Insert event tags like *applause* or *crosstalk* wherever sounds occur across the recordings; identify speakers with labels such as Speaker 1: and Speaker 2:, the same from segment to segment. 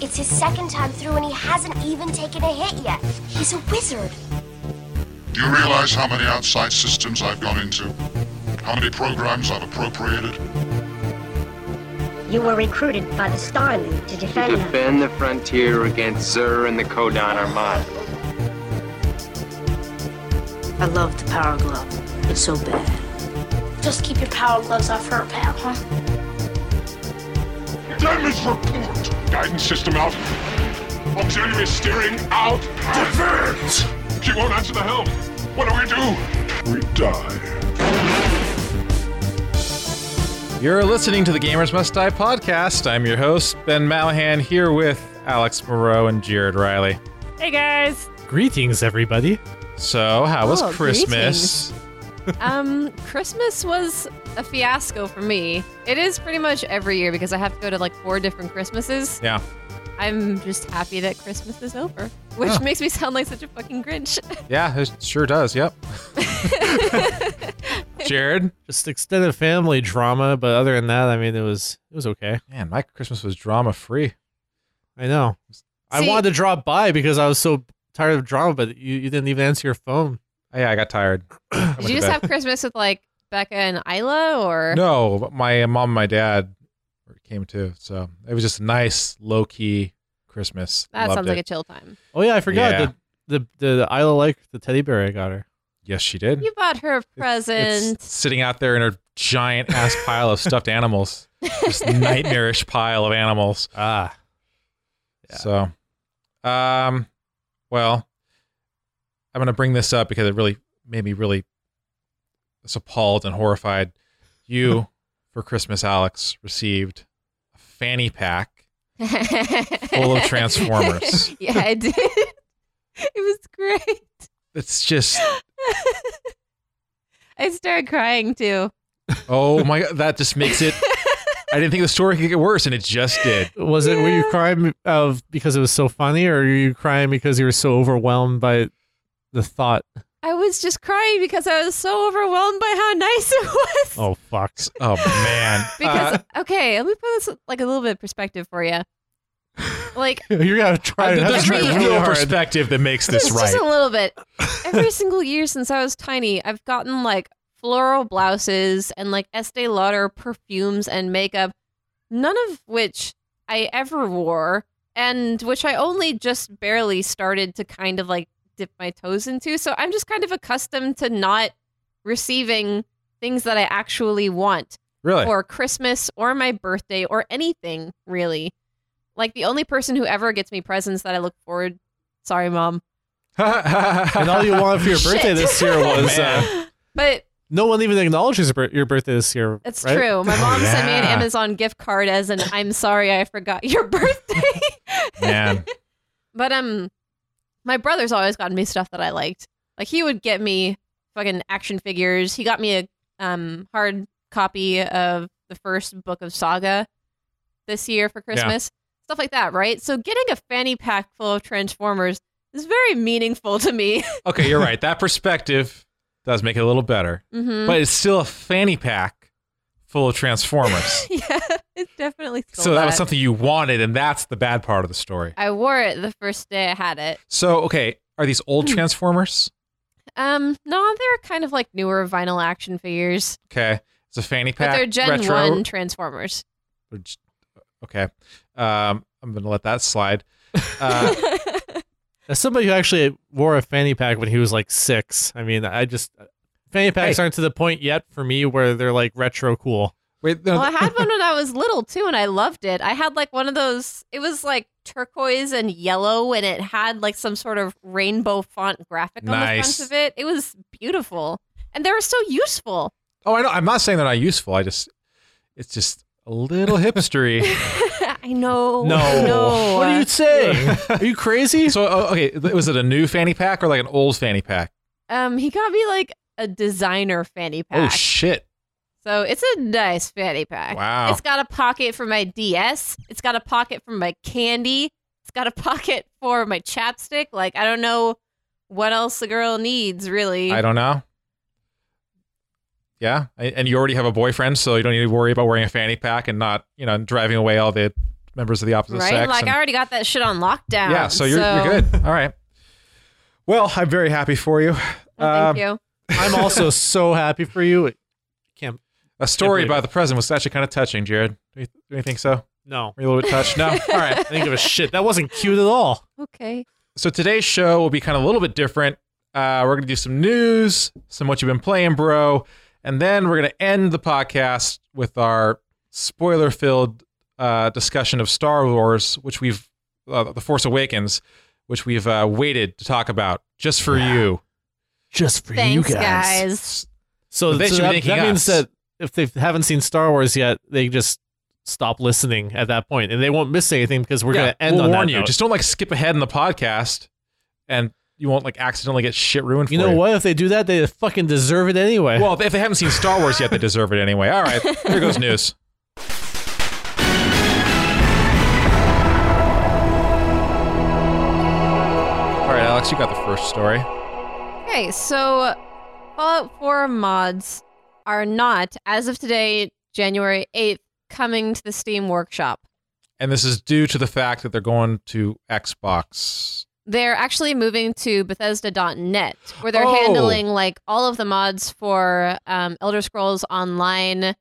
Speaker 1: It's his second time through and he hasn't even taken a hit yet. He's a wizard.
Speaker 2: Do you realize how many outside systems I've gone into? How many programs I've appropriated?
Speaker 3: You were recruited by the Starling to defend them.
Speaker 4: defend the frontier against Zur and the Kodan Armada.
Speaker 5: I love the power glove. It's so bad.
Speaker 6: Just keep your power gloves off her, pal, huh?
Speaker 2: Damage report! Guidance system out. Auxiliary steering out. Defense! She won't answer the helm. What do we do? We die.
Speaker 7: You're listening to the Gamers Must Die podcast. I'm your host, Ben Malahan, here with Alex Moreau and Jared Riley.
Speaker 8: Hey guys.
Speaker 9: Greetings, everybody.
Speaker 7: So, how was
Speaker 8: Oh,
Speaker 7: Christmas?
Speaker 8: Um, Christmas was a fiasco for me. It is pretty much every year because I have to go to like four different Christmases.
Speaker 7: Yeah.
Speaker 8: I'm just happy that Christmas is over, which
Speaker 7: Huh.
Speaker 8: makes me sound like such a fucking
Speaker 7: *laughs*
Speaker 8: Grinch.
Speaker 7: Yeah, it sure does.
Speaker 8: *laughs*
Speaker 7: Yep. Jared,
Speaker 9: Just extended family drama, but other than that, I mean, it was it was okay.
Speaker 7: man, my Christmas was drama free.
Speaker 9: I know. I
Speaker 8: See-
Speaker 9: wanted to drop by because I was so tired of drama, but you, you didn't even answer your phone.
Speaker 7: Yeah, I got
Speaker 9: *clears throat*
Speaker 7: tired. I went
Speaker 8: Did you
Speaker 7: to
Speaker 8: just
Speaker 7: bed.
Speaker 8: have Christmas with like Becca and Isla or?
Speaker 7: No, but my mom and my dad came too. So it was just a nice, low key Christmas.
Speaker 8: That
Speaker 7: Loved
Speaker 8: sounds
Speaker 7: it.
Speaker 8: like a chill
Speaker 7: *laughs*
Speaker 8: time.
Speaker 9: Oh yeah, I forgot
Speaker 7: Yeah.
Speaker 9: the the the, the Isla like the teddy bear I got her.
Speaker 7: Yes, she did.
Speaker 8: You bought her a
Speaker 7: It's-
Speaker 8: present.
Speaker 7: It's sitting out there in her giant ass pile of stuffed animals.
Speaker 8: *laughs*
Speaker 7: This nightmarish pile of animals.
Speaker 9: Ah, Yeah.
Speaker 7: So, um, well, I'm going to bring this up because it really made me really just appalled and horrified.
Speaker 8: *laughs*
Speaker 7: You, for Christmas, Alex, received a fanny pack *laughs* full
Speaker 8: *laughs*
Speaker 7: of Transformers.
Speaker 8: yeah, I did. *laughs* it was great.
Speaker 7: It's just,
Speaker 8: I started crying too.
Speaker 7: oh my God, that just makes
Speaker 8: *laughs*
Speaker 7: it. I didn't think the story could get worse, and it just did.
Speaker 9: was it? Were you
Speaker 8: Yeah.
Speaker 9: crying of because it was so funny, or were you crying because you were so overwhelmed by the thought?
Speaker 8: I was just crying because I was so overwhelmed by how nice it was.
Speaker 9: Oh *laughs* fuck!
Speaker 7: Oh, man.
Speaker 8: *laughs* Because
Speaker 7: Uh,
Speaker 8: okay, let me put this like a little bit of perspective for you. Like
Speaker 9: You're gonna try.
Speaker 8: did this
Speaker 9: that's
Speaker 7: there's
Speaker 8: try
Speaker 9: really
Speaker 8: really
Speaker 7: no
Speaker 9: hard.
Speaker 7: perspective that makes *laughs* this
Speaker 8: just,
Speaker 7: right.
Speaker 8: just a
Speaker 7: *laughs*
Speaker 8: little bit. Every single year since I was tiny, I've gotten like floral blouses and like Estee Lauder perfumes and makeup, none of which I ever wore, and which I only just barely started to kind of like dip my toes into. So I'm just kind of accustomed to not receiving things that I actually want.
Speaker 7: Really?
Speaker 8: or Christmas or my birthday or anything really. Like the only person who ever gets me presents that I look forward. Sorry, mom.
Speaker 9: *laughs* And all you wanted for your birthday
Speaker 8: Shit.
Speaker 9: this year *laughs* was uh,
Speaker 8: But
Speaker 9: no one even acknowledges bir- your birthday this year.
Speaker 8: it's
Speaker 9: right?
Speaker 8: true. My mom sent me an
Speaker 7: yeah.
Speaker 8: Amazon gift card as an "I'm sorry, I forgot your *laughs* birthday."
Speaker 7: man.
Speaker 8: but um, my brother's always gotten me stuff that I liked. Like he would get me fucking action figures. He got me a um hard copy of the first book of Saga this year for Christmas. Stuff like that, right? So getting a fanny pack full of Transformers is very meaningful to me. *laughs*
Speaker 7: Okay, you're right. That perspective does make it a little better,
Speaker 8: hmm
Speaker 7: but it's still a fanny pack full of
Speaker 8: *laughs*
Speaker 7: Transformers.
Speaker 8: yeah, it definitely. stole
Speaker 7: so that was something you wanted, and that's the bad part of the story.
Speaker 8: I wore it the first day I had it.
Speaker 7: So, okay, are these old
Speaker 8: Hmm.
Speaker 7: Transformers?
Speaker 8: Um, no, they're kind of like newer vinyl action figures,
Speaker 7: Okay, it's a fanny
Speaker 8: but
Speaker 7: pack.
Speaker 8: they're Gen
Speaker 7: retro.
Speaker 8: One Transformers.
Speaker 7: or j- Okay, um, I'm gonna let that slide. Uh,
Speaker 9: As somebody who actually wore a fanny pack when he was like six, I mean, I just fanny packs aren't to the point yet for me where they're like retro cool.
Speaker 7: wait, no,
Speaker 8: Well, I had one when
Speaker 7: *laughs*
Speaker 8: I was little too, and I loved it. I had like one of those. It was like turquoise and yellow, and it had like some sort of rainbow font graphic on
Speaker 7: Nice.
Speaker 8: the front of it. It was beautiful, and they were so useful. *laughs*
Speaker 7: oh, I know. I'm not saying they're not useful. I just, it's just a little
Speaker 8: *laughs*
Speaker 7: hipstery.
Speaker 8: I know.
Speaker 9: No.
Speaker 8: I know.
Speaker 9: What are you *laughs* saying? Are you crazy?
Speaker 7: so, oh, okay, was it a new fanny pack or like an old fanny pack?
Speaker 8: um, he got me like a designer fanny
Speaker 7: Oh
Speaker 8: pack.
Speaker 7: shit!
Speaker 8: so it's a nice fanny pack.
Speaker 7: Wow.
Speaker 8: It's got a pocket for my DS. It's got a pocket for my candy. It's got a *laughs* pocket for my chapstick. Like I don't know what else the girl needs really.
Speaker 7: I don't know. Yeah, I- and you already have a boyfriend, so you don't need to worry about wearing a fanny pack and not, you know, driving away all the members of the opposite
Speaker 8: right?
Speaker 7: sex.
Speaker 8: Like
Speaker 7: and-
Speaker 8: I already got that shit on lockdown.
Speaker 7: yeah, so you're, you're good. All right. Well, I'm very happy for you. Uh, Um,
Speaker 8: Well, thank you.
Speaker 9: I'm also so happy for you. It- Can't
Speaker 7: A story
Speaker 9: believe
Speaker 7: about
Speaker 9: it.
Speaker 7: the president was actually kind of touching, Jared. Do you, do you think so?
Speaker 9: no.
Speaker 7: Were you a little bit touched?
Speaker 9: *laughs*
Speaker 7: No.
Speaker 9: All right, I didn't give a shit. That wasn't cute at all.
Speaker 8: Okay.
Speaker 7: So today's show will be kind of a little bit different. Uh, we're going to do some news, some what you've been playing, bro, and then we're going to end the podcast with our spoiler-filled uh, discussion of Star Wars, which we've uh, the Force Awakens, which we've uh, waited to talk about just for you.
Speaker 9: Just for
Speaker 8: Thanks, guys.
Speaker 9: So,
Speaker 7: But they
Speaker 9: so
Speaker 7: should be
Speaker 9: that,
Speaker 7: thanking
Speaker 9: that means
Speaker 7: us.
Speaker 9: that if they haven't seen Star Wars yet, they just stop listening at that point, and they won't miss anything because we're
Speaker 7: Yeah,
Speaker 9: gonna end
Speaker 7: we'll
Speaker 9: on
Speaker 7: warn
Speaker 9: that
Speaker 7: you.
Speaker 9: note.
Speaker 7: Just don't like skip ahead in the podcast, and you won't like accidentally get shit ruined. For
Speaker 9: you know what? If they do that, they fucking deserve it anyway.
Speaker 7: Well, if they haven't seen Star Wars yet, they deserve it anyway. All right, here goes news. All right, Alex, you got the first story.
Speaker 8: Okay, so Fallout 4 mods are not, as of today, January 8th, coming to the Steam Workshop.
Speaker 7: And this is due to the fact that they're going to Xbox.
Speaker 8: They're actually moving to Bethesda.net, where they're
Speaker 7: Oh.
Speaker 8: handling like all of the mods for um, Elder Scrolls Online.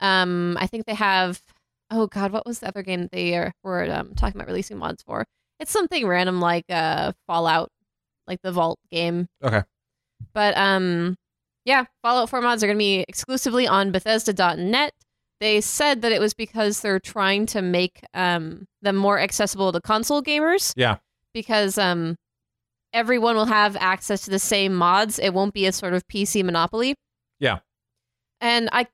Speaker 8: Um, I think they have. Oh God, what was the other game that they are- were um, talking about releasing mods for? It's something random like uh, Fallout, like the Vault game.
Speaker 7: Okay.
Speaker 8: But um, yeah, Fallout 4 mods are going to be exclusively on Bethesda.net. They said that it was because they're trying to make um, them more accessible to console gamers because um everyone will have access to the same mods. It won't be a sort of PC monopoly.
Speaker 7: Yeah.
Speaker 8: And I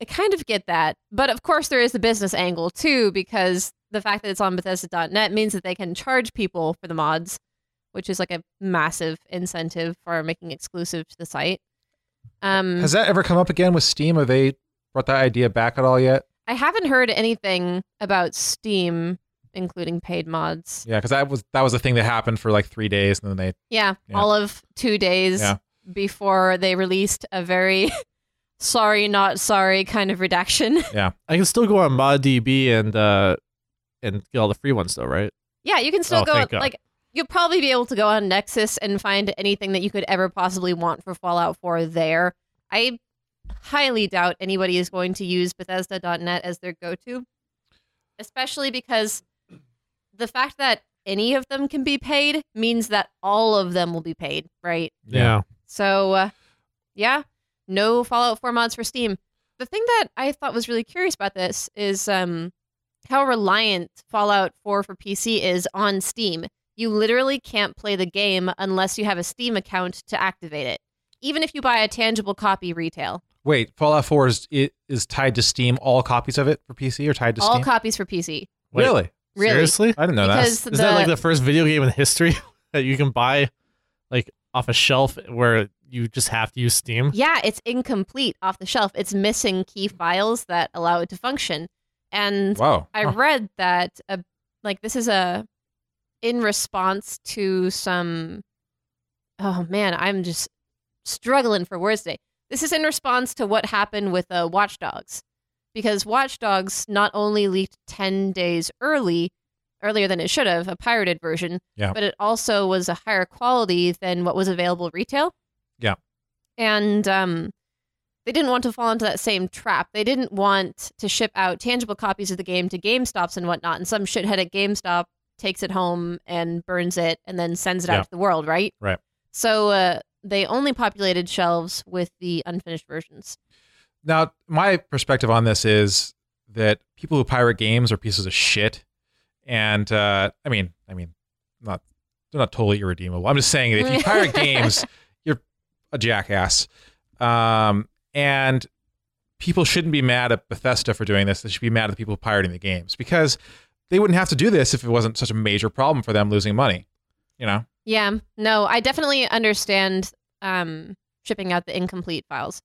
Speaker 8: I kind of get that. But of course there is the business angle too, because the fact that it's on Bethesda.net means that they can charge people for the mods, which is like a massive incentive for making exclusive to the site. Um
Speaker 7: Has that ever come up again with Steam? Have they brought that idea back at all yet?
Speaker 8: I haven't heard anything about Steam including paid mods.
Speaker 7: Yeah, because that was that was the thing that happened for like three days, and then they
Speaker 8: Yeah,
Speaker 7: Yeah.
Speaker 8: all of two days
Speaker 7: Yeah.
Speaker 8: before they released a very *laughs* sorry, not sorry kind of redaction.
Speaker 9: I can still go on ModDB and uh, and get all the free ones though, right?
Speaker 8: yeah, you can still
Speaker 9: Oh,
Speaker 8: go
Speaker 9: thank God.
Speaker 8: like you'll probably be able to go on Nexus and find anything that you could ever possibly want for Fallout 4 there. I highly doubt anybody is going to use Bethesda.net as their go-to, especially because the fact that any of them can be paid means that all of them will be paid, right? So, uh, yeah, no Fallout 4 mods for Steam. The thing that I thought was really curious about this is um, how reliant Fallout 4 for PC is on Steam. You literally can't play the game unless you have a Steam account to activate it, even if you buy a tangible copy retail.
Speaker 7: wait. Fallout Four is it is tied to Steam. All copies of it for PC are tied to
Speaker 8: All
Speaker 7: Steam.
Speaker 8: copies for PC.
Speaker 9: Wait,
Speaker 7: really?
Speaker 8: Really?
Speaker 9: Seriously?
Speaker 7: I didn't know that.
Speaker 8: Because
Speaker 9: Is that like the first video game in history *laughs* that you can buy like off a shelf where you just have to use Steam?
Speaker 8: Yeah, it's incomplete off the shelf. It's missing key files that allow it to function. And
Speaker 7: Wow.
Speaker 8: I read that uh, like this is a in response to some oh man, I'm just struggling for words today. This is in response to what happened with uh, Watch Dogs because Watch Dogs not only leaked 10 days early earlier than it should have, a pirated version,
Speaker 7: Yeah.
Speaker 8: but it also was a higher quality than what was available retail.
Speaker 7: Yeah.
Speaker 8: And um they didn't want to fall into that same trap. They didn't want to ship out tangible copies of the game to GameStops and whatnot. And some shithead at GameStop takes it home and burns it and then sends it
Speaker 7: Yeah.
Speaker 8: out to the world, right?
Speaker 7: Right.
Speaker 8: So uh, they only populated shelves with the unfinished versions.
Speaker 7: Now, my perspective on this is that people who pirate games are pieces of shit, and uh, I mean, I mean, not they're not totally irredeemable. I'm just saying that if you
Speaker 8: *laughs*
Speaker 7: pirate games, you're a jackass, um, and people shouldn't be mad at Bethesda for doing this. They should be mad at the people pirating the games because they wouldn't have to do this if it wasn't such a major problem for them losing money. You know,
Speaker 8: Yeah. No, I definitely understand um, shipping out the incomplete files.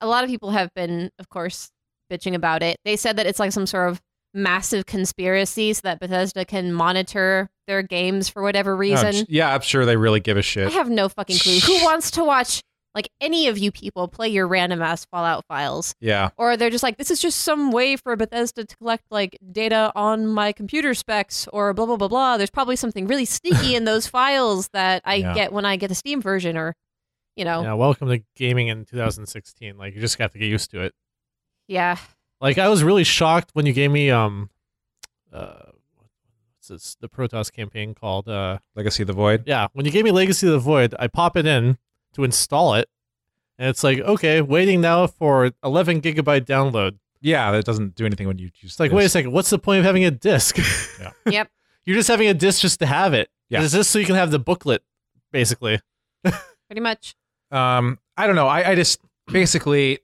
Speaker 8: A lot of people have been, of course, bitching about it. They said that it's like some sort of massive conspiracy so that Bethesda can monitor their games for whatever
Speaker 7: I'm
Speaker 8: reason.
Speaker 7: s- yeah, I'm sure they really give a
Speaker 8: I
Speaker 7: shit.
Speaker 8: have no fucking clue. Who wants to watch like any of you people play your random ass Fallout files,
Speaker 7: Yeah.
Speaker 8: or they're just like, this is just some way for Bethesda to collect like data on my computer specs or blah blah blah blah. There's probably something really sneaky in
Speaker 9: *laughs*
Speaker 8: those files that I
Speaker 7: Yeah.
Speaker 8: get when I get the Steam version, or you know,
Speaker 9: Yeah, welcome to gaming in 2016. Like you just have to get used to it.
Speaker 8: yeah.
Speaker 9: Like I was really shocked when you gave me um, uh, what's this? The Protoss campaign called uh,
Speaker 7: Legacy of the Void.
Speaker 9: yeah. When you gave me Legacy of the Void, I pop it in to install it, and it's like okay, waiting now for 11 gigabyte download.
Speaker 7: Yeah, that doesn't do anything when you use.
Speaker 9: It's like wait a second, what's the point of having
Speaker 7: *laughs*
Speaker 9: a disc?
Speaker 7: Yeah.
Speaker 8: Yep.
Speaker 9: You're just having a disc just to have it.
Speaker 7: Yeah.
Speaker 9: Is this so you can have the booklet, basically?
Speaker 8: Pretty much.
Speaker 7: um i don't know i, I just basically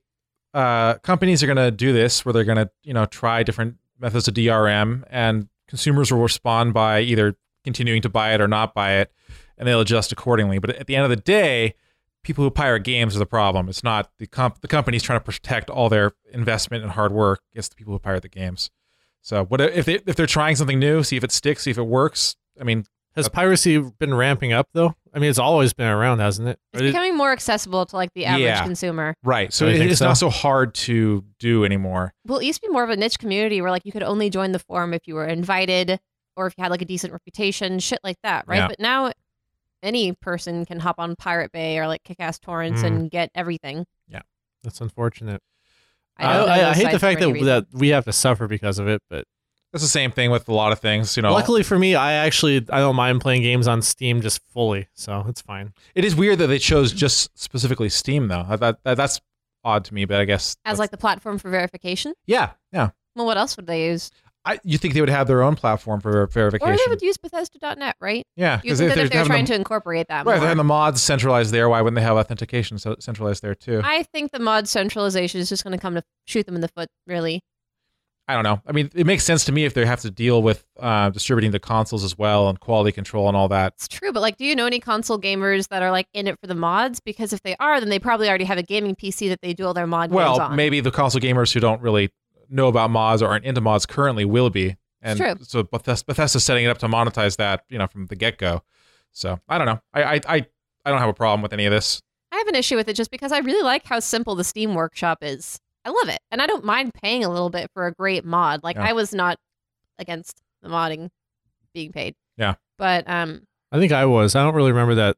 Speaker 7: uh companies are going to do this where they're going to you know try different methods of drm and consumers will respond by either continuing to buy it or not buy it and they'll adjust accordingly but at the end of the day people who pirate games are the problem it's not the comp the company's trying to protect all their investment and hard work it's the people who pirate the games so what if they if they're trying something new see if it sticks see if it works i mean
Speaker 9: Has piracy been ramping up though? I mean, it's always been around, hasn't it?
Speaker 8: It's
Speaker 9: Or did-
Speaker 8: becoming more accessible to like the average
Speaker 7: Yeah.
Speaker 8: consumer.
Speaker 7: right so
Speaker 9: Oh, you
Speaker 7: it-
Speaker 9: think
Speaker 7: it's
Speaker 9: so?
Speaker 7: not so hard to do anymore
Speaker 8: Well, it used to be more of a niche community where like you could only join the forum if you were invited or if you had like a decent reputation, shit like that, right?
Speaker 7: Yeah.
Speaker 8: But now any person can hop on Pirate Bay or like Kickass Torrents
Speaker 9: Mm.
Speaker 8: and get everything.
Speaker 9: That's unfortunate.
Speaker 8: don't
Speaker 9: I,
Speaker 8: know
Speaker 9: I, I
Speaker 8: those
Speaker 9: hate the
Speaker 8: sites for
Speaker 9: fact
Speaker 8: any
Speaker 9: that,
Speaker 8: reason.
Speaker 9: that we have to suffer because of it, but
Speaker 7: That's the same thing with a lot of things, you know.
Speaker 9: luckily for me, I actually I don't mind playing games on Steam just fully, so it's fine.
Speaker 7: it is weird that they chose just specifically Steam, though. I, that, that that's odd to me, but I guess
Speaker 8: as
Speaker 7: that's-
Speaker 8: like the platform for verification.
Speaker 7: yeah, yeah.
Speaker 8: Well, what else would they use?
Speaker 7: I, you think they would have their own platform for verification?
Speaker 8: Or they would use Bethesda.net, right?
Speaker 7: yeah,
Speaker 8: You think that if they were
Speaker 7: having
Speaker 8: trying
Speaker 7: the,
Speaker 8: to incorporate that
Speaker 7: right, if
Speaker 8: more.
Speaker 7: they're having the mods centralized there. Why wouldn't they have authentication so, centralized there too? I,
Speaker 8: I think the mod centralization is just going to come to shoot them in the foot, really.
Speaker 7: don't know. I mean, it makes sense to me if they have to deal with uh, distributing the consoles as well and quality control and all that.
Speaker 8: It's true, but like, do you know any console gamers that are like in it for the mods? Because if they are, then they probably already have a gaming PC that they do all their mod games
Speaker 7: Well,
Speaker 8: on.
Speaker 7: maybe the console gamers who don't really know about mods or aren't into mods currently will be. And
Speaker 8: true.
Speaker 7: so Bethesda, Bethesda's setting it up to monetize that, you know, from the get go. So I don't know. I, I I I don't have a problem with any of this.
Speaker 8: I have an issue with it just because I really like how simple the Steam Workshop is. I love it, and I don't mind paying a little bit for a great mod. Like
Speaker 7: Yeah.
Speaker 8: I was not against the modding being paid.
Speaker 7: Yeah.
Speaker 8: But um,
Speaker 9: I think I was. I don't really remember that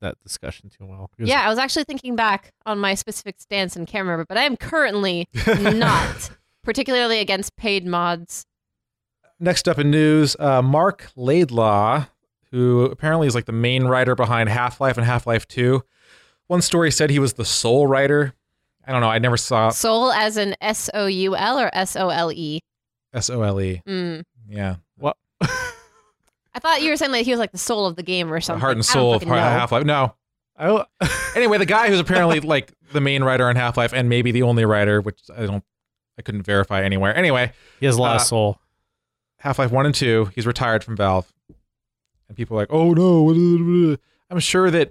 Speaker 9: that discussion too well. It was-
Speaker 8: yeah, I was actually thinking back on my specific stance and can't remember, but I
Speaker 7: *laughs*
Speaker 8: am currently not particularly against paid mods.
Speaker 7: Next up in news, uh, Mark Laidlaw, who apparently is like the main writer behind Half Life and Half Life Two. One story said he was the sole writer. I don't know. I never saw
Speaker 8: Soul as an S O U L or S O L E.
Speaker 7: S O L E.
Speaker 8: Mm.
Speaker 7: Yeah,
Speaker 8: I thought you were saying that he was like the soul of the game or
Speaker 7: the
Speaker 8: something.
Speaker 7: heart and
Speaker 8: I don't
Speaker 7: soul of
Speaker 8: fucking know.
Speaker 7: Half Life. No,
Speaker 9: I *laughs* don't-
Speaker 7: anyway, the guy who's apparently *laughs* like the main writer on Half Life and maybe the only writer, which I don't, I couldn't verify anywhere. Anyway,
Speaker 9: he has a lot
Speaker 7: Uh,
Speaker 9: of soul.
Speaker 7: Half Life One and Two, he's retired from Valve, and people are like, "Oh no!" I'm sure that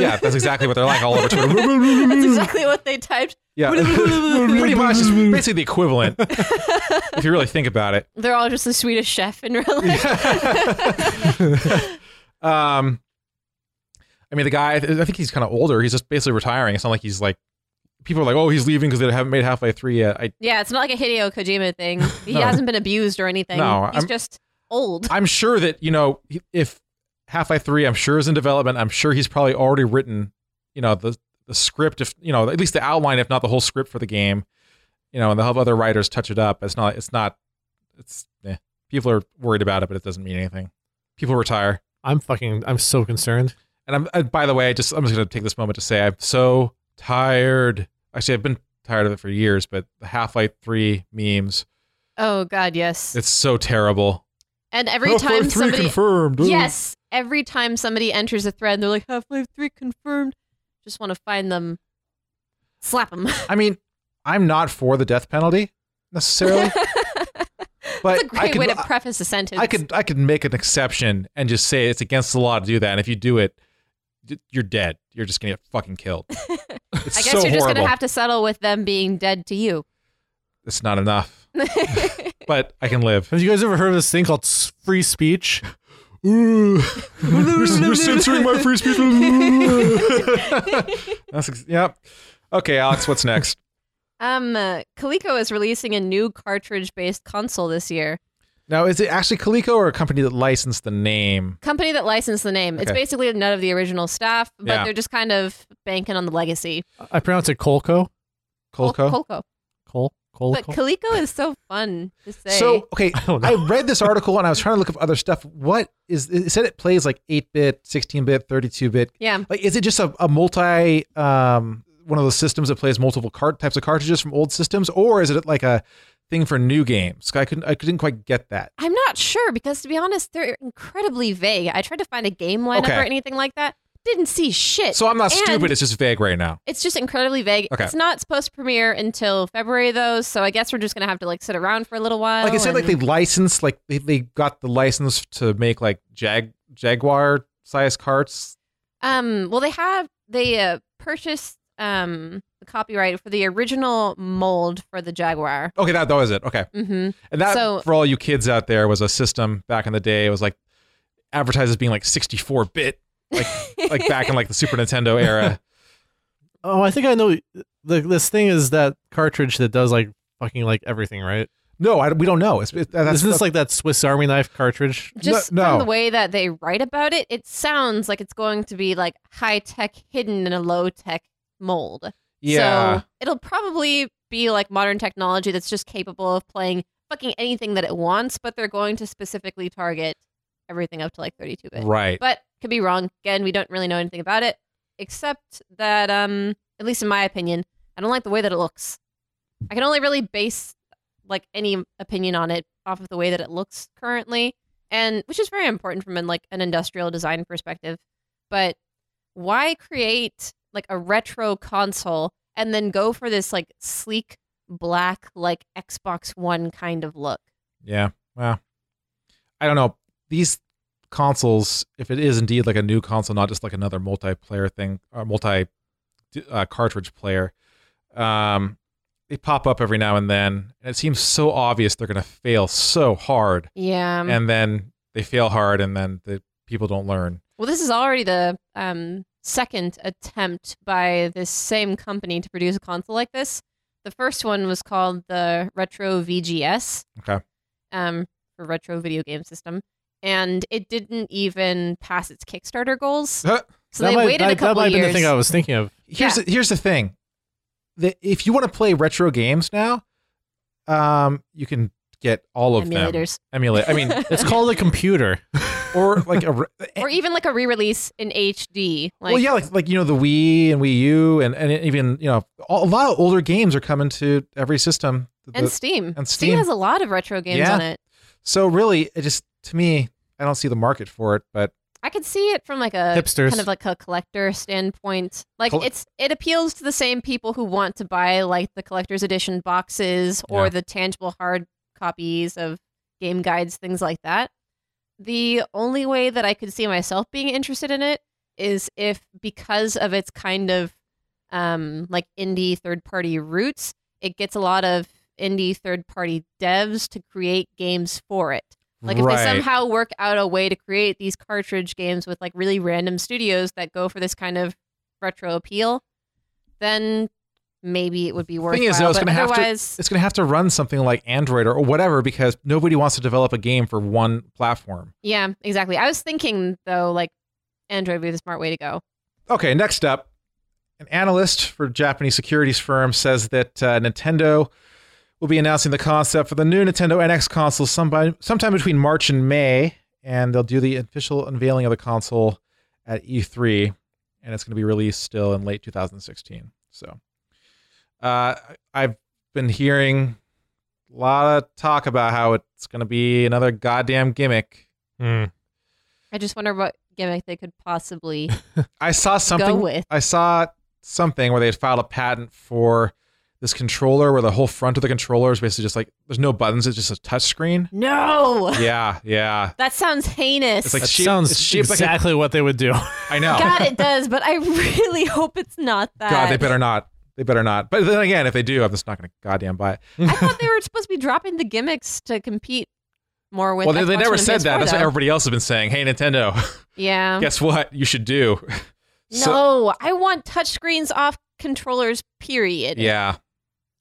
Speaker 7: yeah, that's exactly what they're like all over Twitter.
Speaker 8: That's exactly what they typed.
Speaker 7: yeah, pretty much, it's basically the equivalent if you really think about it.
Speaker 8: They're all just the Swedish chef in real life.
Speaker 7: um, I mean, the guy, I think he's kind of older. He's just basically retiring. It's not like he's like, people are like, oh, he's leaving because they haven't made Half Life 3 yet. I,
Speaker 8: *laughs* Yeah, it's not like a Hideo
Speaker 7: *laughs*
Speaker 8: Kojima thing. He
Speaker 7: No.
Speaker 8: hasn't been abused or anything.
Speaker 7: No,
Speaker 8: He's
Speaker 7: I'm-
Speaker 8: just old.
Speaker 7: I'm sure that, you know, if Half Life 3, I'm sure is in development, I'm sure he's probably already written, you know, the, the script, if, you know, at least the outline, if not the whole script for the game, you know, and they'll have other writers touch it up. It's not, it's not, it's, eh. people are worried about it, but it doesn't mean anything. People retire.
Speaker 9: I'm fucking. I'm so concerned.
Speaker 7: And I'm uh, by the way, I just I'm just gonna take this moment to say I'm so tired. Actually, I've been tired of it for years, but the Half Life Three memes,
Speaker 8: Oh God, yes.
Speaker 7: it's so terrible.
Speaker 8: and every time somebody,
Speaker 7: confirmed.
Speaker 8: yes, every time somebody enters a thread, they're like Half Life Three confirmed. Just want to find them, slap *laughs* them.
Speaker 7: I mean, I'm not for the death penalty
Speaker 8: *laughs*
Speaker 7: necessarily, but
Speaker 8: That's
Speaker 7: I
Speaker 8: a great
Speaker 7: could,
Speaker 8: way to preface a sentence.
Speaker 7: I could I could make an exception and just say it's against the law to do that. And if you do it, y- you're dead. You're just gonna get fucking
Speaker 8: *laughs*
Speaker 7: killed. It's
Speaker 8: I
Speaker 7: so
Speaker 8: guess you're just
Speaker 7: horrible.
Speaker 8: gonna have to settle with them being dead to you.
Speaker 7: it's not
Speaker 8: *laughs*
Speaker 7: enough, but I can live.
Speaker 9: Have you guys ever heard of this thing called s- free speech?
Speaker 7: Ooh, *laughs* you're, you're censoring my free
Speaker 8: *laughs*
Speaker 7: speech. That's ex- yep. Okay, Alex, what's next? *laughs*
Speaker 8: Um, uh, Coleco is releasing a new cartridge-based console this year.
Speaker 7: Now, is it actually Coleco or a company that licensed the name?
Speaker 8: Company that licensed the name. It's
Speaker 7: Okay.
Speaker 8: basically none of the original stuff, but
Speaker 7: Yeah.
Speaker 8: they're just kind of banking on the legacy.
Speaker 9: I pronounce it Colco.
Speaker 8: Col-
Speaker 7: Colco.
Speaker 8: Colco.
Speaker 9: Col. Col.
Speaker 8: But Coleco is so fun to say.
Speaker 7: So okay,
Speaker 9: *laughs* I
Speaker 7: I,
Speaker 9: don't know.
Speaker 7: read this article and I was trying to look up other stuff. What is it said? It plays like eight bit, sixteen bit, thirty two bit.
Speaker 8: yeah,
Speaker 7: Like, is it just a, a multi um, one of those systems that plays multiple cart types of cartridges from old systems, or is it like a thing for new games? I couldn't I didn't quite get that.
Speaker 8: I'm not sure because to be honest, they're incredibly vague. I tried to find a game lineup
Speaker 7: Okay.
Speaker 8: or anything like that. Didn't see shit.
Speaker 7: So I'm not
Speaker 8: And-
Speaker 7: stupid. It's just vague right now.
Speaker 8: It's just incredibly vague.
Speaker 7: Okay.
Speaker 8: It's not supposed to premiere until February though, so I guess we're just gonna have to like sit around for a little while.
Speaker 7: Like I said, like
Speaker 8: Oh, and-
Speaker 7: they licensed, like they, they got the license to make like jag jaguar size carts.
Speaker 8: Um, well, they have they uh, purchased um the copyright for the original mold for the Jaguar.
Speaker 7: Okay, that that was it. Okay.
Speaker 8: hmm
Speaker 7: And that,
Speaker 8: So-
Speaker 7: for all you kids out there, was a system back in the day. It was like advertised as being like 64 bit, like
Speaker 8: *laughs*
Speaker 7: like back in like the Super Nintendo era.
Speaker 9: Oh, I think I know. The, this thing is that cartridge that does like fucking like everything, right?
Speaker 7: *laughs* No, I, we don't know. It's it, that's
Speaker 9: Isn't this like that Swiss Army knife cartridge?
Speaker 8: Just
Speaker 7: No-
Speaker 8: from
Speaker 7: no.
Speaker 8: the way that they write about it, it sounds like it's going to be like high tech hidden in a low tech mold.
Speaker 7: yeah.
Speaker 8: So it'll probably be like modern technology that's just capable of playing fucking anything that it wants, but they're going to specifically target everything up to like 32 bit.
Speaker 7: right.
Speaker 8: but could be wrong. Again, we don't really know anything about it, except that, um, at least in my opinion, I don't like the way that it looks. I can only really base like any opinion on it off of the way that it looks currently, and which is very important from an like an industrial design perspective. But why create like a retro console and then go for this like sleek black like Xbox One kind of look?
Speaker 7: Yeah. Well, I don't know. These consoles, if it is indeed like a new console, not just like another multiplayer thing or multi uh, cartridge player, um, they pop up every now and then. And it seems so obvious they're going to fail so hard.
Speaker 8: Yeah.
Speaker 7: and then they fail hard and then the people don't learn.
Speaker 8: Well, this is already the um, second attempt by this same company to produce a console like this. The first one was called the Retro VGS.
Speaker 7: Okay.
Speaker 8: Um, for Retro Video Game System, and it didn't even pass its Kickstarter goals.
Speaker 7: Huh.
Speaker 8: So they waited a
Speaker 9: that,
Speaker 8: couple
Speaker 9: that might
Speaker 8: years.
Speaker 9: have been the thing I was thinking of.
Speaker 7: Here's the, here's the thing. The, if you want to play retro games now, um, you can get all of
Speaker 8: emulators,
Speaker 7: them. Emulate. I mean,
Speaker 8: *laughs*
Speaker 9: It's called a computer.
Speaker 7: or like a re- eh,
Speaker 8: or even like a re-release in HD. Like,
Speaker 7: well, yeah, like like you know the Wii and Wii U and and even you know a lot of older games are coming to every system. The-
Speaker 8: and Steam.
Speaker 7: and
Speaker 8: Steam
Speaker 7: Steam.
Speaker 8: has a lot of retro games
Speaker 7: Yeah.
Speaker 8: on it.
Speaker 7: so really, it just to me, I don't see the market for it. But
Speaker 8: I could see it from like a
Speaker 9: Hipsters.
Speaker 8: kind of like a collector standpoint. Like
Speaker 7: Col-
Speaker 8: it's it appeals to the same people who want to buy like the collector's edition boxes or
Speaker 7: Yeah.
Speaker 8: the tangible hard copies of game guides, things like that. The only way that I could see myself being interested in it is if because of its kind of um like indie third party roots, it gets a lot of indie third party devs to create games for it. Like if
Speaker 7: right,
Speaker 8: they somehow work out a way to create these cartridge games with like really random studios that go for this kind of retro appeal, then maybe it would be worthwhile.
Speaker 7: Thing is, though, it's
Speaker 8: but
Speaker 7: gonna have to-
Speaker 8: otherwise,
Speaker 7: it's going to have to run something like Android or, or whatever because nobody wants to develop a game for one platform.
Speaker 8: yeah, exactly. I was thinking though, like Android would be the smart way to go.
Speaker 7: Okay, next up, an analyst for a Japanese securities firm says that uh, Nintendo will be announcing the concept for the new Nintendo NX console sometime, sometime between March and May, and they'll do the official unveiling of the console at E3, and it's going to be released still in late 2016. So, uh, I've been hearing a lot of talk about how it's going to be another goddamn gimmick.
Speaker 8: I just wonder what gimmick they could
Speaker 7: *laughs*
Speaker 8: possibly
Speaker 7: I saw something.
Speaker 8: go with.
Speaker 7: I saw something where they had filed a patent for this controller where the whole front of the controller is basically just like there's no buttons, it's just a touch screen.
Speaker 8: No,
Speaker 7: Yeah, yeah.
Speaker 8: that sounds heinous.
Speaker 7: It's like
Speaker 9: That
Speaker 7: shaped-
Speaker 9: sounds
Speaker 7: it's shaped like a-
Speaker 9: exactly what they would do. *laughs*
Speaker 7: I know. *laughs*
Speaker 8: God, it does, but I really hope it's not that.
Speaker 7: God, they better not. They better not. But then again, if they do, I'm just not gonna goddamn buy it.
Speaker 8: I thought they were supposed to be dropping the gimmicks to compete more with.
Speaker 7: well, they,
Speaker 8: Xbox
Speaker 7: they never
Speaker 8: One and
Speaker 7: said
Speaker 8: PS4,
Speaker 7: that. That's what
Speaker 8: though.
Speaker 7: everybody else has been saying. Hey, Nintendo, *laughs*
Speaker 8: Yeah.
Speaker 7: guess what? You should do. *laughs* So-
Speaker 8: no, I want touchscreens off controllers. Period.
Speaker 7: yeah.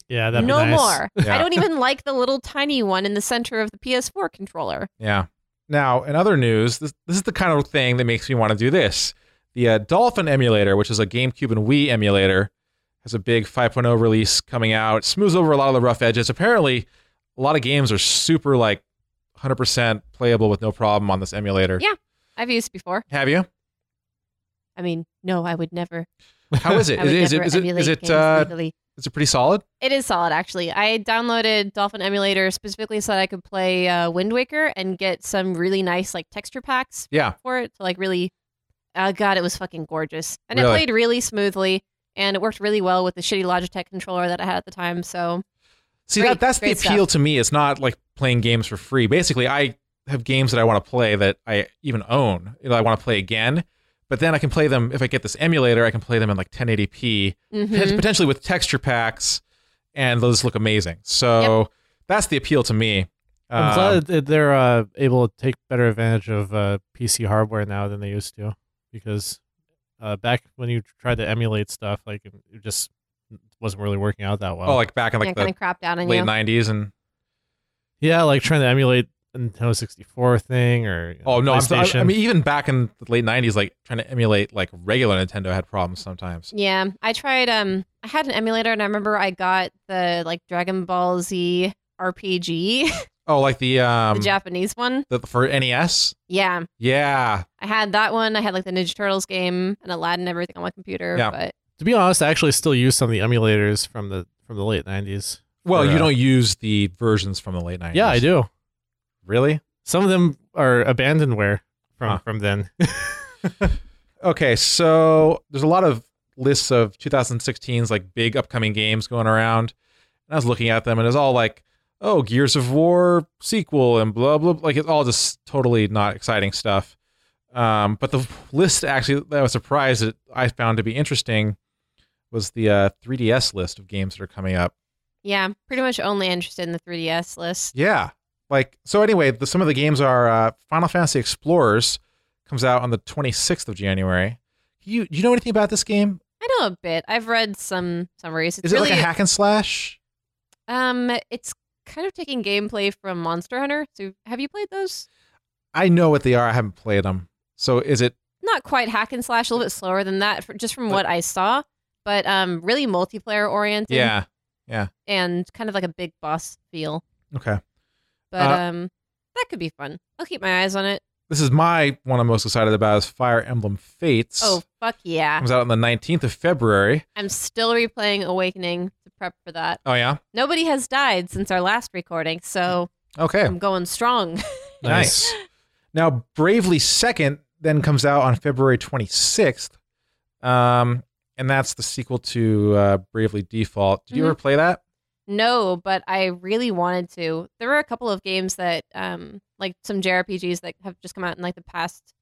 Speaker 9: Yeah, that'd
Speaker 8: no
Speaker 9: be nice.
Speaker 8: more.
Speaker 7: Yeah.
Speaker 8: I don't even like the little tiny one in the center of the PS4 controller.
Speaker 7: Yeah. Now, in other news, this, this is the kind of thing that makes me want to do this. The uh, Dolphin emulator, which is a GameCube and Wii emulator, has a big 5.0 release coming out. Smooths over a lot of the rough edges. Apparently, a lot of games are super like 100% playable with no problem on this emulator.
Speaker 8: Yeah. I've used before.
Speaker 7: Have you?
Speaker 8: I mean, no, I would never.
Speaker 7: How is it?
Speaker 8: *laughs* I would
Speaker 7: Is, it-
Speaker 8: never
Speaker 7: is it
Speaker 8: emulate
Speaker 7: is it is
Speaker 8: games
Speaker 7: it uh,
Speaker 8: legally.
Speaker 7: is it pretty solid?
Speaker 8: It is solid, actually. I downloaded Dolphin Emulator specifically so that I could play uh, Wind Waker and get some really nice like texture packs
Speaker 7: Yeah.
Speaker 8: for it to like really. Oh god, it was fucking gorgeous, and it
Speaker 7: Really?
Speaker 8: played really smoothly, and it worked really well with the shitty Logitech controller that I had at the time. So
Speaker 7: See
Speaker 8: Great-
Speaker 7: that that's the
Speaker 8: great
Speaker 7: appeal to me. It's not like playing games for free. Basically, I have games that I want to play that I even own. You know, I want to play again, but then I can play them if I get this emulator. I can play them in like 1080p,
Speaker 8: mhm.
Speaker 7: pot- *laughs* potentially with texture packs, and those look amazing. So that's the appeal to me.
Speaker 9: I'm
Speaker 7: Um,
Speaker 9: glad that they're uh, able to take better advantage of uh, PC hardware now than they used to, because uh, back when you tried to emulate stuff, like it just wasn't really working out that well.
Speaker 7: Oh, like back in
Speaker 8: yeah,
Speaker 7: like
Speaker 8: kind of crap down
Speaker 7: the
Speaker 8: on
Speaker 7: late
Speaker 8: you.
Speaker 7: 90s and
Speaker 9: yeah, like trying to emulate a Nintendo 64 thing or you know,
Speaker 7: oh no, I'm, I,
Speaker 9: PlayStation.
Speaker 7: I mean even back in the late 90s, like trying to emulate like regular Nintendo had problems sometimes.
Speaker 8: Yeah, I tried. Um, I had an emulator, and I remember I got the like Dragon Ball Z RPG,
Speaker 7: Oh, like the um
Speaker 8: the Japanese one.
Speaker 7: the, for NES.
Speaker 8: Yeah,
Speaker 7: Yeah,
Speaker 8: I had that one. I had like the Ninja Turtles game and Aladdin and everything on my computer.
Speaker 7: Yeah.
Speaker 8: But
Speaker 9: to be honest, I actually still use some of the emulators from the from the late 90s.
Speaker 7: Well,
Speaker 9: for,
Speaker 7: you
Speaker 9: uh,
Speaker 7: don't use the versions from the late 90s.
Speaker 9: Yeah, I do.
Speaker 7: Really?
Speaker 9: Some of them are abandonware from
Speaker 7: Huh.
Speaker 9: from then.
Speaker 7: Okay, so there's a lot of lists of 2016's like big upcoming games going around. And I was looking at them and it's all like, oh, Gears of War sequel and blah blah like it's all just totally not exciting stuff. Um, but the list actually that I was surprised that I found to be interesting was the uh, 3DS list of games that are coming up.
Speaker 8: yeah, I'm pretty much only interested in the 3DS list.
Speaker 7: Yeah. Like so anyway, the, some of the games are uh, Final Fantasy Explorers comes out on the 26th of January. You do you know anything about this game?
Speaker 8: I know a bit. I've read some summaries. It's
Speaker 7: Is it
Speaker 8: really
Speaker 7: like a hack and slash?
Speaker 8: um, it's kind of taking gameplay from Monster Hunter. So have you played those?
Speaker 7: I know what they are. I haven't played them. So is it
Speaker 8: Not quite hack and slash. A little bit slower than that, for, just from what I saw. But um, really multiplayer oriented.
Speaker 7: Yeah.
Speaker 8: and kind of like a big boss feel.
Speaker 7: Okay.
Speaker 8: But
Speaker 7: Uh,
Speaker 8: um, that could be fun. I'll keep my eyes on it.
Speaker 7: This is my one I'm most excited about is Fire Emblem Fates. *sniffs*
Speaker 8: Oh fuck yeah!
Speaker 7: Comes out on the 19th of February.
Speaker 8: I'm still replaying Awakening to prep for that.
Speaker 7: Oh yeah.
Speaker 8: Nobody has died since our last recording, so
Speaker 7: Okay.
Speaker 8: I'm going strong.
Speaker 7: *laughs* Nice. Now, Bravely Second then comes out on February 26th. Um, and that's the sequel to uh, Bravely Default. Did you
Speaker 8: Mhm.
Speaker 7: ever play that?
Speaker 8: no, but I really wanted to. There were a couple of games that, um, like some JRPGs that have just come out in like the past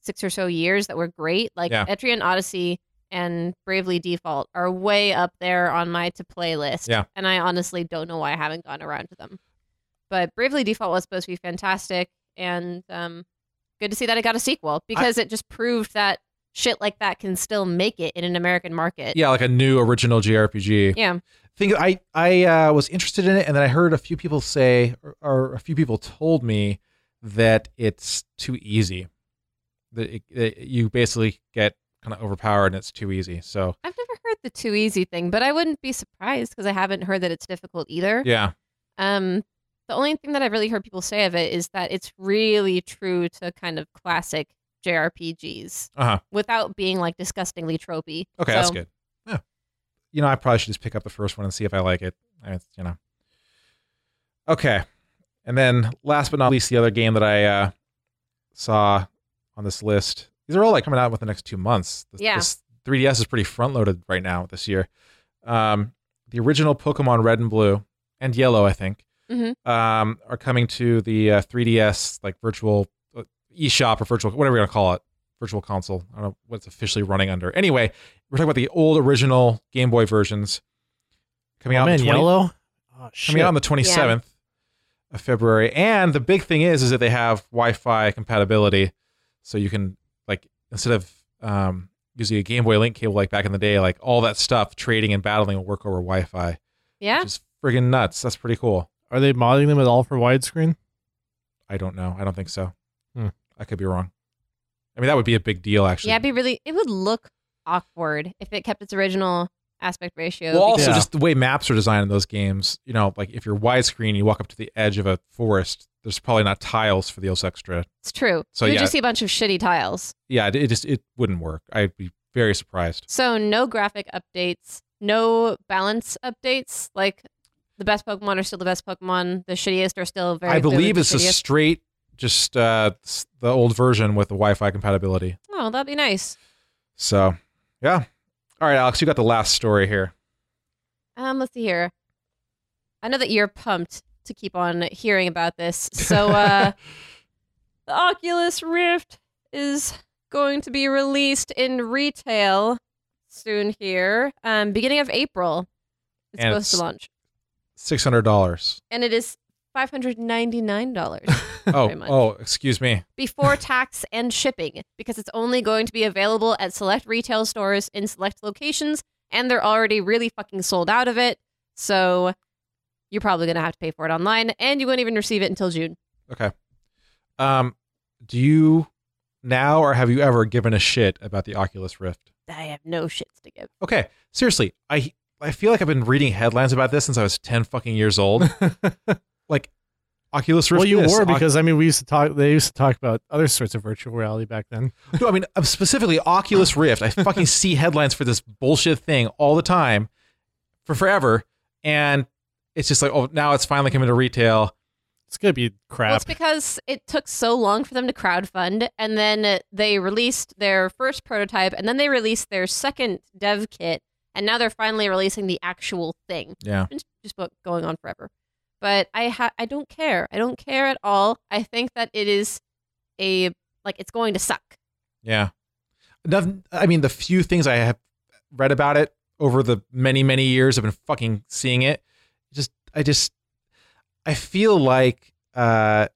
Speaker 8: six or so years that were great. Like
Speaker 7: Yeah.
Speaker 8: Etrian Odyssey and Bravely Default are way up there on my to play list.
Speaker 7: Yeah.
Speaker 8: And I honestly don't know why I haven't gone around to them. But Bravely Default was supposed to be fantastic and um, good to see that it got a sequel because it just proved that shit like that can still make it in an American market.
Speaker 7: Yeah, like a new original JRPG.
Speaker 8: Yeah.
Speaker 7: Think I I uh, was interested in it, and then I heard a few people say, or, or a few people told me that it's too easy. That, it, that you basically get kind of overpowered, and it's too easy. So
Speaker 8: I've never heard the too easy thing, but I wouldn't be surprised because I haven't heard that it's difficult either.
Speaker 7: yeah,
Speaker 8: Um, the only thing that I've really heard people say of it is that it's really true to kind of classic JRPGs
Speaker 7: Uh-huh.
Speaker 8: without being like disgustingly tropey.
Speaker 7: okay,
Speaker 8: So,
Speaker 7: that's good. Yeah, you know, I probably should just pick up the first one and see if I like it. I mean, you know, okay. And then last but not least, the other game that I uh, saw on this list. These are all like coming out with the next two months. This,
Speaker 8: Yeah.
Speaker 7: this 3DS is pretty front loaded right now this year. Um, the original Pokemon Red and Blue and Yellow, I think,
Speaker 8: Mhm.
Speaker 7: um, are coming to the uh, 3DS like virtual uh, eShop or virtual whatever you're gonna call it, virtual console. I don't know what it's officially running under. Anyway, we're talking about the old original Game Boy versions coming
Speaker 9: oh,
Speaker 7: out. in
Speaker 9: man,
Speaker 7: 20
Speaker 9: yellow. Oh, shit.
Speaker 7: coming out on the 27th. of February. And the big thing is, is that they have Wi-Fi compatibility, so you can like instead of um, using a Game Boy Link cable like back in the day, like all that stuff trading and battling will work over Wi-Fi.
Speaker 8: Yeah.
Speaker 7: Just friggin' nuts. That's pretty cool.
Speaker 9: Are they modding them at all for widescreen?
Speaker 7: I don't know. I don't think so.
Speaker 9: Hmm.
Speaker 7: I could be wrong. I mean, that would be a big deal, actually.
Speaker 8: Yeah, it'd be really it would look awkward if it kept its original aspect ratio.
Speaker 7: Well, also
Speaker 9: Yeah.
Speaker 7: just the way maps are designed in those games, you know, like if you're widescreen, you walk up to the edge of a forest. There's probably not tiles for those extra.
Speaker 8: it's true.
Speaker 7: So,
Speaker 8: you would
Speaker 7: yeah.
Speaker 8: just see a bunch of shitty tiles.
Speaker 7: Yeah, it, it just it wouldn't work. I'd be very surprised.
Speaker 8: So no graphic updates, no balance updates. Like the best Pokemon are still the best Pokemon. The shittiest are still very.
Speaker 7: I
Speaker 8: clearly
Speaker 7: believe
Speaker 8: the
Speaker 7: it's a
Speaker 8: shittiest.
Speaker 7: straight, just uh, s- the old version with the Wi-Fi compatibility.
Speaker 8: Oh, that'd be nice.
Speaker 7: So, yeah. All right, Alex, you got the last story here.
Speaker 8: Um, let's see here. I know that you're pumped to keep on hearing about this.
Speaker 7: *laughs*
Speaker 8: So, uh, the Oculus Rift is going to be released in retail soon here, um, beginning of April. It's
Speaker 7: And
Speaker 8: supposed to
Speaker 7: it's-
Speaker 8: launch,
Speaker 7: Six hundred dollars.
Speaker 8: and it is five hundred ninety nine dollars
Speaker 7: Oh,
Speaker 8: *laughs* Very much.
Speaker 7: oh, excuse me.
Speaker 8: before tax and shipping, because it's only going to be available at select retail stores in select locations, and they're already really fucking sold out of it. So you're probably gonna have to pay for it online, and you won't even receive it until June.
Speaker 7: Okay. Um, do you now or have you ever given a shit about the Oculus Rift?
Speaker 8: I have no shits to give.
Speaker 7: Okay, seriously, I I feel like I've been reading headlines about this since I was ten fucking years
Speaker 9: *laughs*
Speaker 7: old. like Oculus Rift.
Speaker 9: well, you
Speaker 7: this,
Speaker 9: were
Speaker 7: Oc-
Speaker 9: because I mean we used to talk. They used to talk about other sorts of virtual reality back then.
Speaker 7: no, I mean uh, specifically Oculus
Speaker 9: *laughs*
Speaker 7: Rift. I fucking see headlines for this bullshit thing all the time, for forever, and it's just like, oh, now it's finally coming to retail.
Speaker 9: It's gonna be
Speaker 8: Well, it's
Speaker 9: crap.
Speaker 8: because it took so long for them to crowdfund, and then they released their first prototype, and then they released their second dev kit, and now they're finally releasing the actual thing.
Speaker 7: Yeah.
Speaker 8: It's just go- going on forever. But I ha- I don't care. I don't care at all. I think that it is a like it's going to suck.
Speaker 7: Yeah. Noth- I mean, the few things I have read about it over the many, many years I've been fucking seeing it. Just, I just, I feel like uh,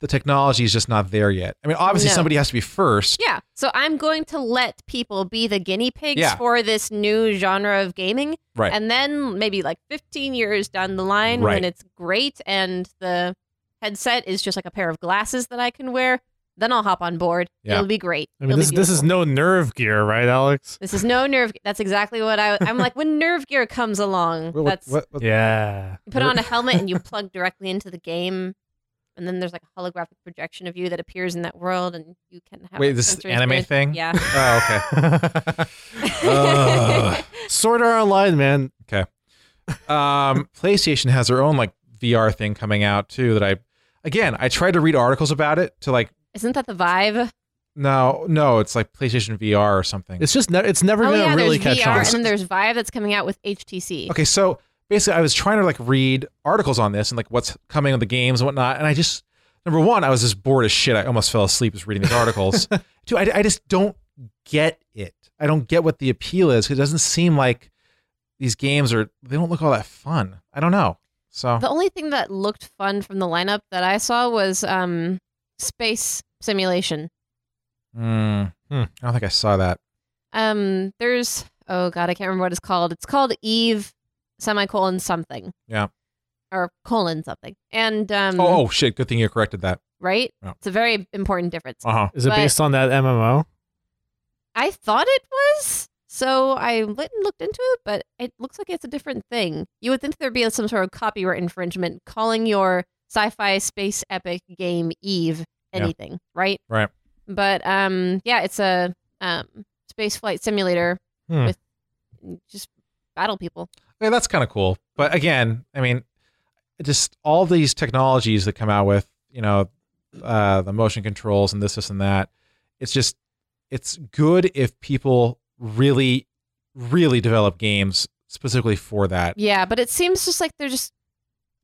Speaker 7: the technology is just not there yet. I mean, obviously
Speaker 8: No.
Speaker 7: somebody has to be first.
Speaker 8: Yeah. So I'm going to let people be the guinea pigs
Speaker 7: Yeah.
Speaker 8: for this new genre of gaming.
Speaker 7: Right.
Speaker 8: And then maybe like 15 years down the line
Speaker 7: Right.
Speaker 8: when it's great and the headset is just like a pair of glasses that I can wear, then I'll hop on board.
Speaker 7: Yeah.
Speaker 8: It'll be great.
Speaker 9: I mean
Speaker 8: It'll
Speaker 9: this
Speaker 8: be
Speaker 9: this is
Speaker 8: beautiful.
Speaker 9: no nerve gear, right, Alex?
Speaker 8: This is no nerve. That's exactly what I. I'm like when nerve gear comes
Speaker 9: *laughs*
Speaker 8: along.
Speaker 7: What- what-
Speaker 8: that's
Speaker 7: what- what-
Speaker 9: Yeah.
Speaker 8: You put on a helmet
Speaker 7: *laughs*
Speaker 8: and you plug directly into the game, and then there's like a holographic projection of you that appears in that world, and you can have
Speaker 7: Wait,
Speaker 8: a
Speaker 7: this is
Speaker 8: sensory
Speaker 7: anime
Speaker 8: experience.
Speaker 7: thing?
Speaker 8: Yeah.
Speaker 7: Oh, okay. Ugh.
Speaker 9: Sword Art Online, man.
Speaker 7: um, PlayStation has their own like VR thing coming out too. That I, again, I tried to read articles about it to like,
Speaker 8: Isn't that the vibe?
Speaker 7: no, no, it's like PlayStation VR or something.
Speaker 9: It's just ne- it's never
Speaker 8: oh
Speaker 9: gonna
Speaker 8: yeah,
Speaker 9: really
Speaker 8: there's
Speaker 9: catch
Speaker 8: VR,
Speaker 9: on.
Speaker 8: and then there's Vive that's coming out with HTC.
Speaker 7: Okay, so basically, I was trying to like read articles on this and like what's coming on the games and whatnot, and I just number one, I was just bored as shit. I almost fell asleep just reading these articles. Two, I, I just don't get it. I don't get what the appeal is. 'cause It doesn't seem like these games are. They don't look all that fun. I don't know. So
Speaker 8: The only thing that looked fun from the lineup that I saw was um, space simulation.
Speaker 7: Hmm. Hmm. I don't think I saw that.
Speaker 8: Um, there's oh god, I can't remember what it's called. It's called Eve semicolon something.
Speaker 7: Yeah.
Speaker 8: Or colon something. And um,
Speaker 7: Oh, oh shit! Good thing you corrected that.
Speaker 8: right?
Speaker 7: Yeah.
Speaker 8: It's a very important difference.
Speaker 7: Uh huh.
Speaker 9: Is it
Speaker 8: but-
Speaker 9: based on that MMO?
Speaker 8: I thought it was. So I went and looked into it, but it looks like it's a different thing. You would think there'd be some sort of copyright infringement calling your sci-fi space epic game Eve
Speaker 7: Yeah.
Speaker 8: anything, right?
Speaker 7: Right.
Speaker 8: But um, yeah, it's a um, space flight simulator
Speaker 9: Hmm.
Speaker 8: with just battle people.
Speaker 7: Yeah, that's kind of cool. But again, I mean, just all these technologies that come out with, you know, uh, the motion controls and this, this, and that. It's just, it's good if people really, really develop games specifically for that.
Speaker 8: Yeah, but it seems just like they're just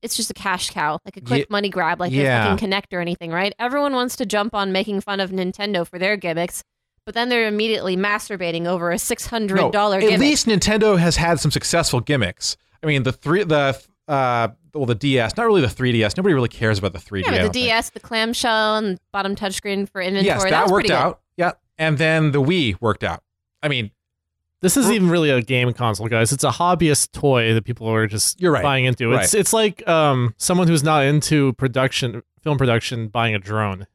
Speaker 8: it's just a cash cow, like a
Speaker 7: Ye-
Speaker 8: quick money grab, like
Speaker 7: Yeah.
Speaker 8: yeah. fucking connect or anything, right? Everyone wants to jump on making fun of Nintendo for their gimmicks, but then they're immediately masturbating over a six hundred
Speaker 7: No,
Speaker 8: dollar
Speaker 7: at
Speaker 8: gimmick.
Speaker 7: least Nintendo has had some successful gimmicks. I mean, the three, the uh, well, the DS, not really the 3DS. Nobody really cares about the 3D.
Speaker 8: Yeah,
Speaker 7: I
Speaker 8: but the
Speaker 7: don't think.
Speaker 8: DS, the clamshell, and bottom touchscreen for inventory.
Speaker 7: Yes, that,
Speaker 8: was
Speaker 7: worked
Speaker 8: pretty good.
Speaker 7: out. Yeah, and then the Wii worked out. I mean,
Speaker 9: This isn't even really a game console, guys. It's a hobbyist toy that people are just
Speaker 7: You're right.
Speaker 9: buying into. It's it's like um someone who's not into production film production buying a drone.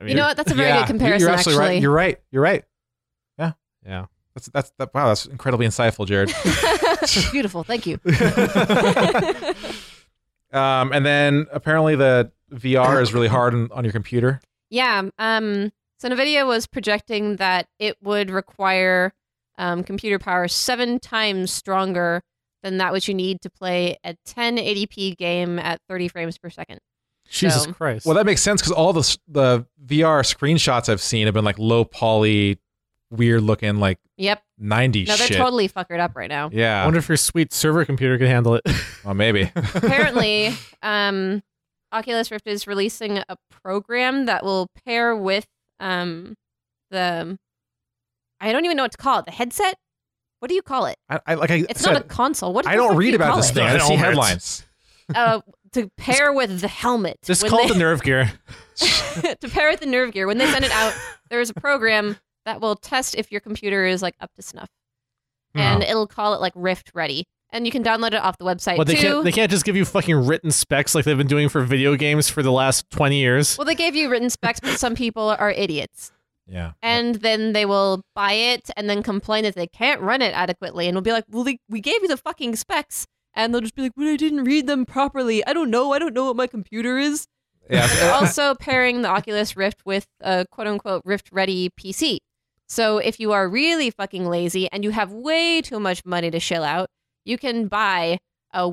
Speaker 9: I mean,
Speaker 8: You know what? That's a very
Speaker 7: yeah,
Speaker 8: good comparison,
Speaker 7: You're
Speaker 8: actually.
Speaker 7: absolutely right.
Speaker 8: *laughs*
Speaker 7: You're right. You're right. Yeah,
Speaker 9: Yeah.
Speaker 7: That's that's that. Wow, that's incredibly insightful,
Speaker 8: *laughs*
Speaker 7: Jared. *laughs*
Speaker 8: Beautiful. Thank you.
Speaker 7: um, and then apparently the VR is really hard on, on your computer.
Speaker 8: Yeah. Um, so NVIDIA was projecting that it would require um, computer power seven times stronger than that which you need to play a 1080p game at 30 frames per second.
Speaker 9: Jesus
Speaker 8: So-
Speaker 9: Christ.
Speaker 7: Well, that makes sense because all the s- the VR screenshots I've seen have been like low poly, weird looking like
Speaker 8: Yep.
Speaker 7: 90s
Speaker 8: No, they're
Speaker 7: shit.
Speaker 8: totally fuckered up
Speaker 7: *laughs*
Speaker 8: right now.
Speaker 9: I
Speaker 7: yeah.
Speaker 9: wonder if your sweet server computer could handle it.
Speaker 7: well,
Speaker 8: *laughs*
Speaker 7: maybe.
Speaker 8: Apparently, um, Oculus Rift is releasing a program that will pair with um, the. I don't even know what to call it. The headset. What do you call it?
Speaker 7: I, I like I
Speaker 8: It's
Speaker 7: said,
Speaker 8: not a console. What?
Speaker 7: I
Speaker 8: the
Speaker 7: don't
Speaker 8: fuck do
Speaker 7: read
Speaker 8: you
Speaker 7: about
Speaker 8: call
Speaker 7: this
Speaker 8: it?
Speaker 7: thing. I
Speaker 9: Don't
Speaker 7: see
Speaker 9: know it.
Speaker 7: headlines.
Speaker 8: uh, to pair with the helmet.
Speaker 9: Just
Speaker 8: When
Speaker 9: call it
Speaker 8: they-
Speaker 9: the nerve gear.
Speaker 8: *laughs* to pair with the nerve gear. When they send it out, there is a program that will test if your computer is like up to snuff,
Speaker 9: Hmm.
Speaker 8: and it'll call it like Rift Ready, and you can download it off the website
Speaker 9: But they
Speaker 8: too.
Speaker 9: can't they can't just give you fucking written specs like they've been doing for video games for the last twenty years.
Speaker 8: well, they gave you written specs, but some people are idiots,
Speaker 7: Yeah.
Speaker 8: and then they will buy it and then complain that they can't run it adequately, and will be like, "Well, they, we gave you the fucking specs." And they'll just be like, "Well, I didn't read them properly. I don't know. I don't know what my computer is."
Speaker 7: Yeah.
Speaker 9: *laughs*
Speaker 8: also pairing the Oculus Rift with a quote unquote Rift ready PC. So if you are really fucking lazy and you have way too much money to shell out, you can buy a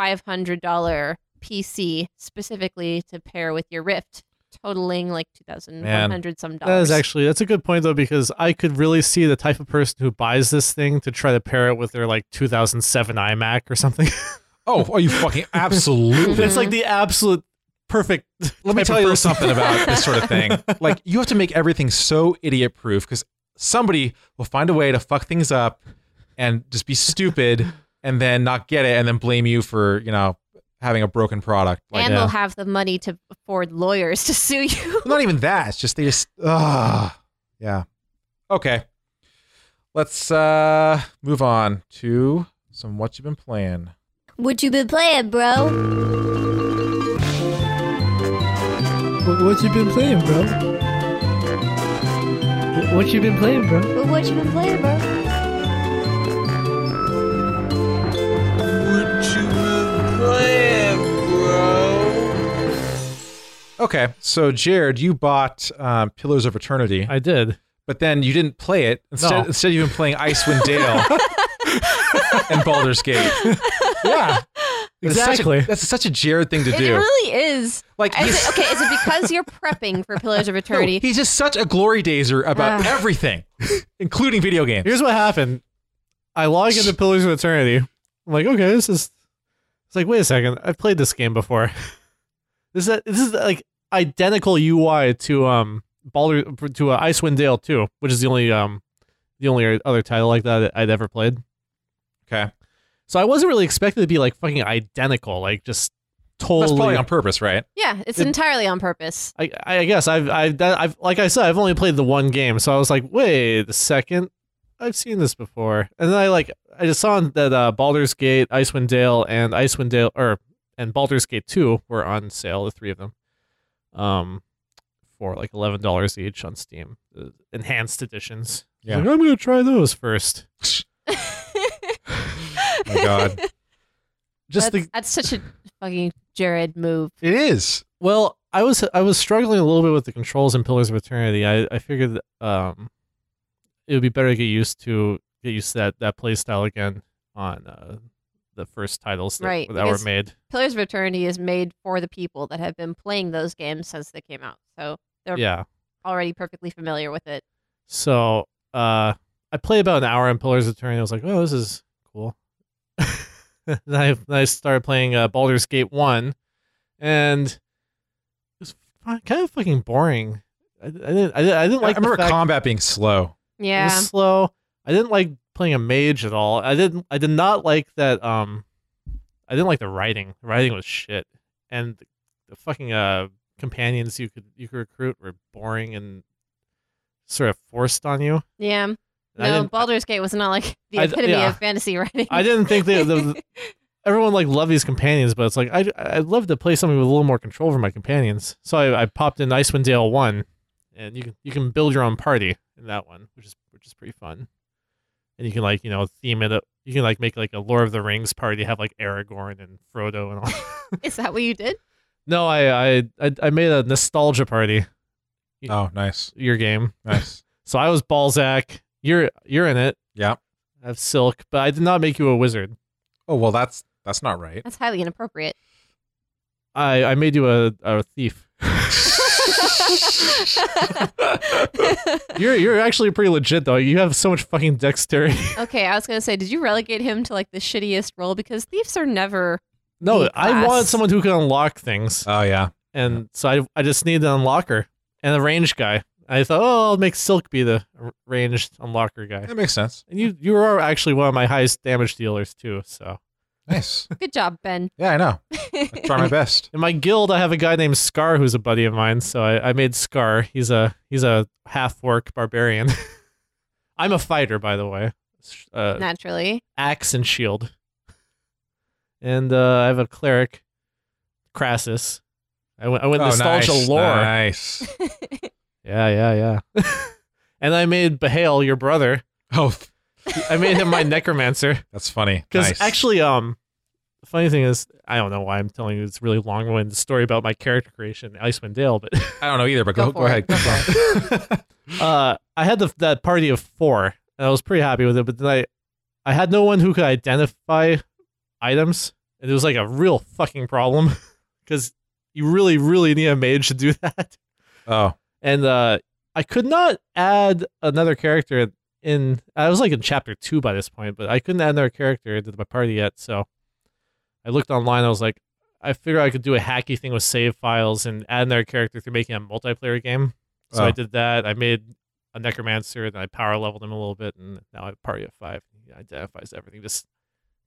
Speaker 8: $1,500 PC specifically to pair with your Rift, totaling like 2100 some dollars.
Speaker 9: That is actually that's a good point though because I could really see the type of person who buys this thing to try to pair it with their like 2007 iMac or something. *laughs*
Speaker 7: oh, are you
Speaker 8: *laughs*
Speaker 7: fucking absolutely?
Speaker 9: That's like the absolute perfect.
Speaker 7: Let me
Speaker 9: type of
Speaker 7: tell you
Speaker 9: person.
Speaker 7: something about this sort of thing. Like you have to make everything so idiot proof because somebody will find a way to fuck things up and just be stupid and then not get it and then blame you for, you know, having a broken product. Like
Speaker 8: and
Speaker 9: yeah.
Speaker 8: they'll have the money to afford lawyers to *laughs* sue you.
Speaker 7: not even that. It's just they just ah yeah. Okay. Let's uh move on to some what you've been playing.
Speaker 10: What you been playing, bro?
Speaker 11: What, what you been playing, bro? What, what you been playing, bro?
Speaker 10: What you been playing, bro?
Speaker 7: Okay, so Jared, you bought um, Pillars of Eternity,
Speaker 9: *laughs* I did.
Speaker 7: but then you didn't play it. Instead,
Speaker 9: No.
Speaker 7: instead you've been playing Icewind
Speaker 9: *laughs*
Speaker 7: Dale and Baldur's Gate.
Speaker 9: Yeah,
Speaker 7: That's such a-
Speaker 9: exactly.
Speaker 7: That's such a Jared thing to
Speaker 8: It
Speaker 7: do.
Speaker 8: really is.
Speaker 7: Like
Speaker 8: Is
Speaker 9: *laughs*
Speaker 7: he's,
Speaker 8: it- okay, is it because you're prepping for Pillars of
Speaker 7: no,
Speaker 8: Eternity?
Speaker 7: he's just such a glory dazer about
Speaker 8: Ah.
Speaker 7: everything, including video games.
Speaker 9: Here's what happened. I
Speaker 7: *laughs*
Speaker 9: log into Pillars of Eternity. I'm like, okay, this is. It's like, wait a second. I've played this game before. *laughs* This is this is like identical UI to um Baldur to uh, Icewind Dale too, which is the only um the only other title like that, that I'd ever played.
Speaker 7: Okay,
Speaker 9: So I wasn't really expected to be like fucking identical, like just totally.
Speaker 7: that's probably on purpose, right?
Speaker 8: yeah, it's
Speaker 9: It-
Speaker 8: entirely on purpose.
Speaker 9: I, I guess I've I've done, I've like I said I've only played the one game, so I was like, wait a second, I've seen this before, and then I like I just saw that uh, Baldur's Gate, Icewind Dale, and Icewind Dale or and Baldur's Gate two were on sale, the three of them, um, for like eleven dollars each on Steam, the enhanced editions.
Speaker 7: Yeah.
Speaker 9: I was like, I'm gonna try those first. Oh
Speaker 7: My *laughs* God,
Speaker 9: Just
Speaker 8: that's,
Speaker 9: the
Speaker 8: that's such a fucking Jared move.
Speaker 7: it is.
Speaker 9: Well, I was I was struggling a little bit with the controls in Pillars of Eternity. I, I figured um, it would be better to get used to get used to that that play style again on uh, the first titles that,
Speaker 8: Right,
Speaker 9: that were
Speaker 8: because-
Speaker 9: made.
Speaker 8: Pillars of Eternity is made for the people that have been playing those games since they came out, so they're
Speaker 9: Yeah.
Speaker 8: already perfectly familiar with it.
Speaker 9: So uh, I played about an hour in Pillars of Eternity. I was like, oh, this is cool. *laughs* then, I, then I started playing uh, Baldur's Gate one, and it was fi- kind of fucking boring. I, I didn't I, didn't- I didn't like.
Speaker 7: I
Speaker 9: the
Speaker 7: remember
Speaker 9: fact-
Speaker 7: combat being slow.
Speaker 9: It
Speaker 8: Yeah,
Speaker 9: was slow. I didn't like playing a mage at all. I didn't. I did not like that. Um, I didn't like the writing. The writing was shit, and the, the fucking uh, companions you could you could recruit were boring and sort of forced on you.
Speaker 8: Yeah.
Speaker 9: And I
Speaker 8: No,
Speaker 9: didn't-
Speaker 8: Baldur's Gate was not like the
Speaker 9: I-
Speaker 8: epitome
Speaker 9: yeah.
Speaker 8: of fantasy writing.
Speaker 9: I didn't think they, the, everyone like loved these companions, but it's like I I'd love to play something with a little more control over my companions. So I, I popped in Icewind Dale one, and you can you can build your own party in that one, which is which is pretty fun. And you can like you know theme it up. You can like make like a Lord of the Rings party, have like Aragorn and Frodo and all.
Speaker 8: *laughs*
Speaker 9: *laughs*
Speaker 8: Is that what you did?
Speaker 9: no, I, I I I made a nostalgia party.
Speaker 7: Oh, nice,
Speaker 9: Your game.
Speaker 7: nice.
Speaker 9: So I was Balzac. You're you're in it.
Speaker 7: Yeah.
Speaker 9: I have Silk, but I did not make you a wizard.
Speaker 7: Oh well, that's that's not
Speaker 8: *laughs*
Speaker 7: right.
Speaker 8: That's highly
Speaker 9: *laughs*
Speaker 8: inappropriate.
Speaker 9: I I made you a, a thief. You're you're actually pretty legit though. You have so much fucking dexterity.
Speaker 8: okay, I was gonna say, did you relegate him to like the shittiest role because thieves are
Speaker 9: *laughs*
Speaker 8: never
Speaker 9: *laughs* No,
Speaker 8: Thief
Speaker 9: I
Speaker 8: class.
Speaker 9: wanted someone who could unlock things,
Speaker 7: Oh yeah,
Speaker 9: and so I I just needed an unlocker and a range guy. I thought, oh, I'll make Silk be the r- ranged unlocker guy.
Speaker 7: that makes sense.
Speaker 9: And you you are actually one of my highest damage dealers too. So
Speaker 7: Nice.
Speaker 8: good job, Ben.
Speaker 7: Yeah, I know. I
Speaker 9: *laughs*
Speaker 7: try my best.
Speaker 9: in my guild, I have a guy named Scar who's a buddy of mine. So I, I made Scar. He's a he's a half orc barbarian. *laughs* I'm a fighter, by the way. Sh- Uh,
Speaker 8: Naturally.
Speaker 9: axe and shield. And uh, I have a cleric, Crassus. I went, I went
Speaker 7: Oh,
Speaker 9: nostalgia
Speaker 7: nice,
Speaker 9: lore.
Speaker 7: Nice.
Speaker 9: Yeah, yeah, yeah. *laughs* and I made Behale your brother.
Speaker 7: Oh,
Speaker 9: I made him
Speaker 7: *laughs*
Speaker 9: my necromancer
Speaker 7: that's funny.
Speaker 9: because
Speaker 7: Nice.
Speaker 9: actually, um, the funny thing is, I don't know why I'm telling you this really long-winded story about my character creation, in Icewind Dale, but
Speaker 7: I don't know either, but go,
Speaker 8: Go
Speaker 7: go,
Speaker 8: for it,
Speaker 7: ahead.
Speaker 8: go
Speaker 9: uh, I had the, that party of four, and I was pretty happy with it. But then I, I had no one who could identify items, and it was like a real fucking problem *laughs* because you really, really need a mage to do *laughs* that.
Speaker 7: *laughs* Oh,
Speaker 9: And uh, I could not add another character in. I was like in chapter two by this point, but I couldn't add another character into my party yet. So I looked online. I was like, I figured I could do a hacky thing with save files and add another character through making a multiplayer game. So I
Speaker 7: Oh.
Speaker 9: did that. I made a necromancer and I power leveled him a little bit, and now I have party of five. He identifies everything. Just